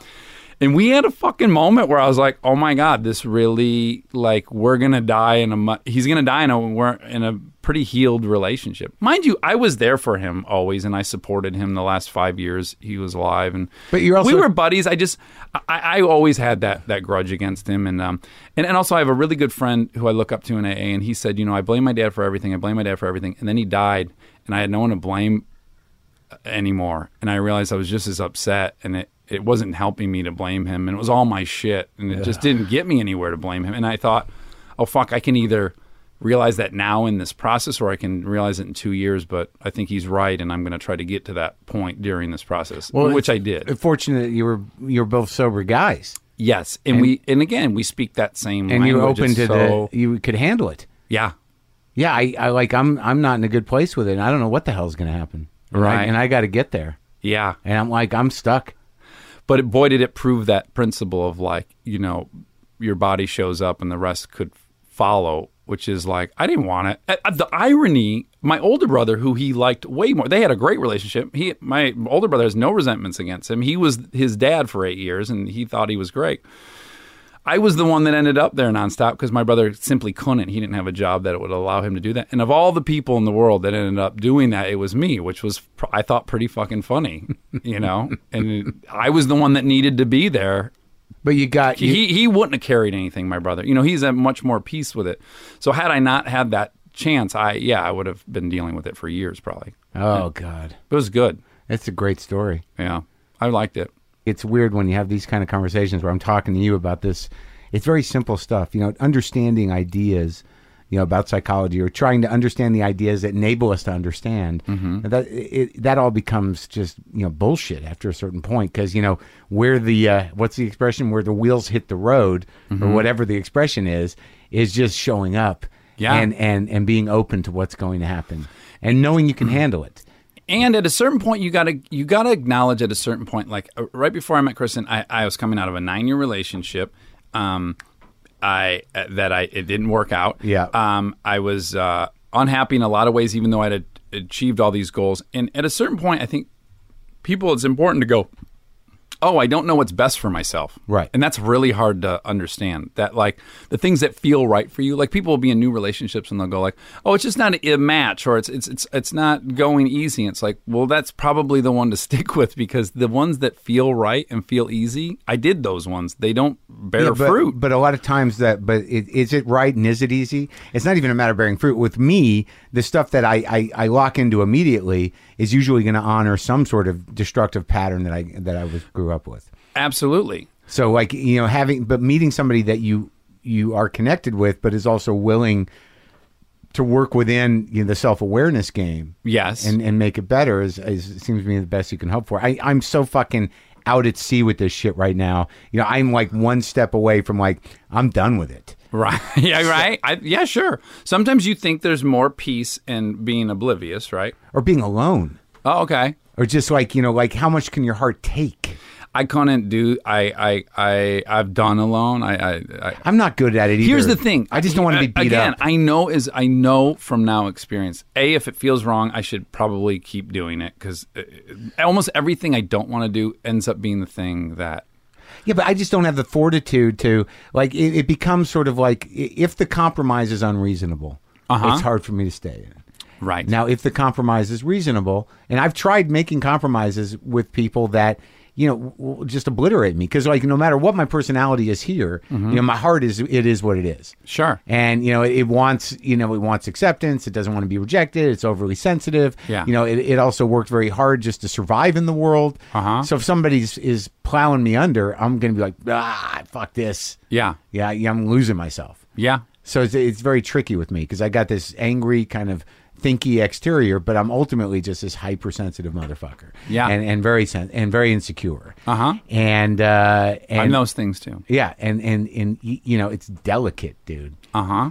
And we had a fucking moment where I was like, "Oh my god, this really like we're going to die in a mu- he's going to die in a we're in a pretty healed relationship." Mind you, I was there for him always and I supported him the last 5 years he was alive and But you're also- We were buddies. I just I, I always had that that grudge against him, and um and, and also I have a really good friend who I look up to in AA, and he said, you know, I blame my dad for everything. I blame my dad for everything, and then he died, and I had no one to blame uh, anymore, and I realized I was just as upset, and it it wasn't helping me to blame him, and it was all my shit, and it just didn't get me anywhere to blame him, and I thought, oh fuck, I can either. Realize that now in this process, or I can realize it in two years. But I think he's right, and I'm going to try to get to that point during this process, which I did. Uh, Fortunate that you were you were both sober guys, Yes, and, we and again we speak that same and language. you were open It's to so, the you could handle it. yeah. Yeah, I, I like I'm I'm not in a good place with it. and I don't know what the hell's going to happen. And I- Right. and I got to get there. Yeah, And I'm like I'm stuck. but it, boy, did it prove that principle of like you know your body shows up and the rest could follow, which is like I didn't want it. Uh, uh, The irony, my older brother, who he liked way more, they had a great relationship. He, my older brother, has no resentments against him. He was his dad for eight years, and he thought he was great. I was the one that ended up there nonstop because my brother simply couldn't. He didn't have a job that would allow him to do that. And of all the people in the world that ended up doing that, it was me, which was pr- I thought pretty fucking funny, you know. and I was the one that needed to be there But you got you, he he wouldn't have carried anything, my brother. You know, he's at much more peace with it. So had I not had that chance, I yeah, I would have been dealing with it for years probably. Oh God, It was good. that's a great story. Yeah, I liked it. It's weird when you have these kind of conversations where I'm talking to you about this. It's very simple stuff, you know, understanding ideas, you know, about psychology or trying to understand the ideas that enable us to understand. That it, that all becomes just you know bullshit after a certain point because you know where the uh, what's the expression where the wheels hit the road or whatever the expression is is just showing up. Yeah. And, and and being open to what's going to happen and knowing you can handle it. And at a certain point, you gotta you gotta acknowledge at a certain point, like uh, right before I met Kristen, I, I was coming out of a nine year relationship. Um, I uh, that I it didn't work out. Yeah. Um, I was uh, unhappy in a lot of ways, even though I'd a- achieved all these goals. And at a certain point, I think people it's important to go. Oh, I don't know what's best for myself. Right. And that's really hard to understand. That like the things that feel right for you, like people will be in new relationships and they'll go like, "Oh, it's just not a match or it's it's it's it's not going easy." It's like, "Well, that's probably the one to stick with because the ones that feel right and feel easy, I did those ones. They don't bear Yeah, but, fruit." But a lot of times that, but it, is it right and is it easy? It's not even a matter of bearing fruit. With me, the stuff that I, I, I lock into immediately is usually going to honor some sort of destructive pattern that I that I was grew up with. Absolutely. So like you know having but meeting somebody that you you are connected with, but is also willing to work within you know, the self awareness game Yes. and and make it better is, is seems to me the best you can hope for. I I'm so fucking out at sea with this shit right now. You know, I'm like one step away from like I'm done with it. Right. Yeah, right. I, yeah, sure. Sometimes you think there's more peace in being oblivious, right? or being alone Oh, okay. or just like you know like how much can your heart take I couldn't do. I I I I've done alone. I I. I i'm not good at it either Here's the thing. i just don't want to be beat Again, up I know is I know from now experience. A, if it feels wrong, I should probably keep doing it because almost everything I don't want to do ends up being the thing that. yeah but i just don't have the fortitude to like it, it becomes sort of like i- if the compromise is unreasonable Uh-huh. it's hard for me to stay in it Right. now if the compromise is reasonable and i've tried making compromises with people that you know w- w- just obliterate me because like no matter what my personality is here you know my heart is it is what it is Mm-hmm. Sure. and you know it, it wants you know it wants acceptance it doesn't want to be rejected it's overly sensitive Yeah. you know it, it also worked very hard just to survive in the world Uh-huh. so if somebody's is plowing me under i'm gonna be like ah fuck this Yeah. yeah, yeah i'm losing myself Yeah. so it's, it's very tricky with me because i got this angry kind of thinky exterior but i'm ultimately just this hypersensitive motherfucker Yeah. and, and very sen- and very insecure Uh-huh. and uh and And those things too. yeah and and and y- you know it's delicate dude Uh huh.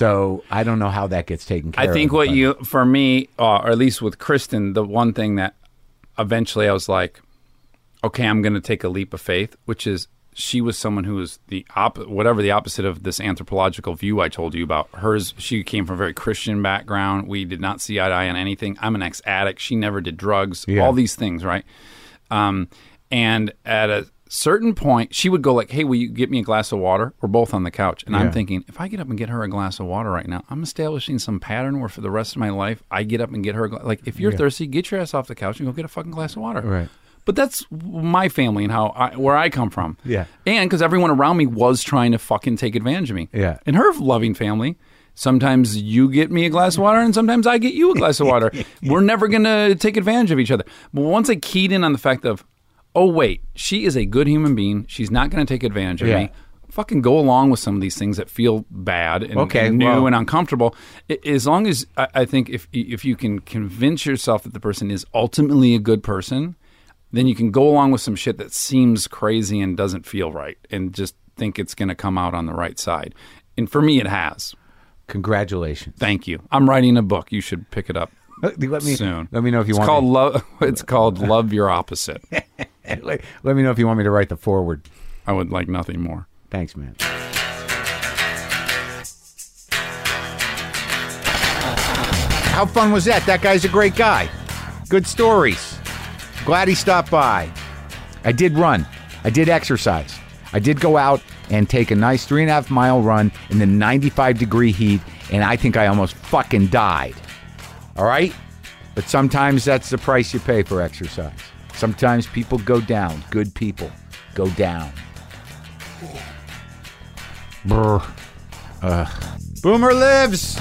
so I don't know how that gets taken care I of. think what but- you, for me, uh, or at least with Kristen, the one thing that eventually I was like, okay, I'm going to take a leap of faith, which is she was someone who was the op- whatever the opposite of this anthropological view I told you about. Hers, she came from a very Christian background. We did not see eye to eye on anything. I'm an ex addict. She never did drugs. Yeah. All these things, right? Um, and at a certain point, she would go like, "Hey, will you get me a glass of water?" We're both on the couch, and Yeah. I'm thinking, if I get up and get her a glass of water right now, I'm establishing some pattern where for the rest of my life, I get up and get her a gla- like, if you're thirsty, get your ass off the couch and go get a fucking glass of water. Right. But that's my family and how I, where I come from. Yeah. And because everyone around me was trying to fucking take advantage of me. Yeah. In her loving family, sometimes you get me a glass of water and sometimes I get you a glass of water. We're never going to take advantage of each other. But once I keyed in on the fact of, oh, wait, she is a good human being. She's not going to take advantage of Yeah. me. Fucking go along with some of these things that feel bad and, Okay, and new well- and uncomfortable. I- As long as I, I think if if you can convince yourself that the person is ultimately a good person, then you can go along with some shit that seems crazy and doesn't feel right, and just think it's going to come out on the right side. And for me, it has. congratulations. Thank you. I'm writing a book. You should pick it up Let me soon. let me know if you it's want. Called love. It's called love your opposite. me, let, let me know if you want me to write the forward. I would like nothing more. Thanks, man. How fun was that? That guy's a great guy. Good stories. Glad he stopped by. I did run. I did exercise. I did go out and take a nice three and a half mile run in the 95 degree heat, and I think I almost fucking died. All right? But sometimes that's the price you pay for exercise. Sometimes people go down. Good people go down. Brr. Ugh. Uh, Boomer lives.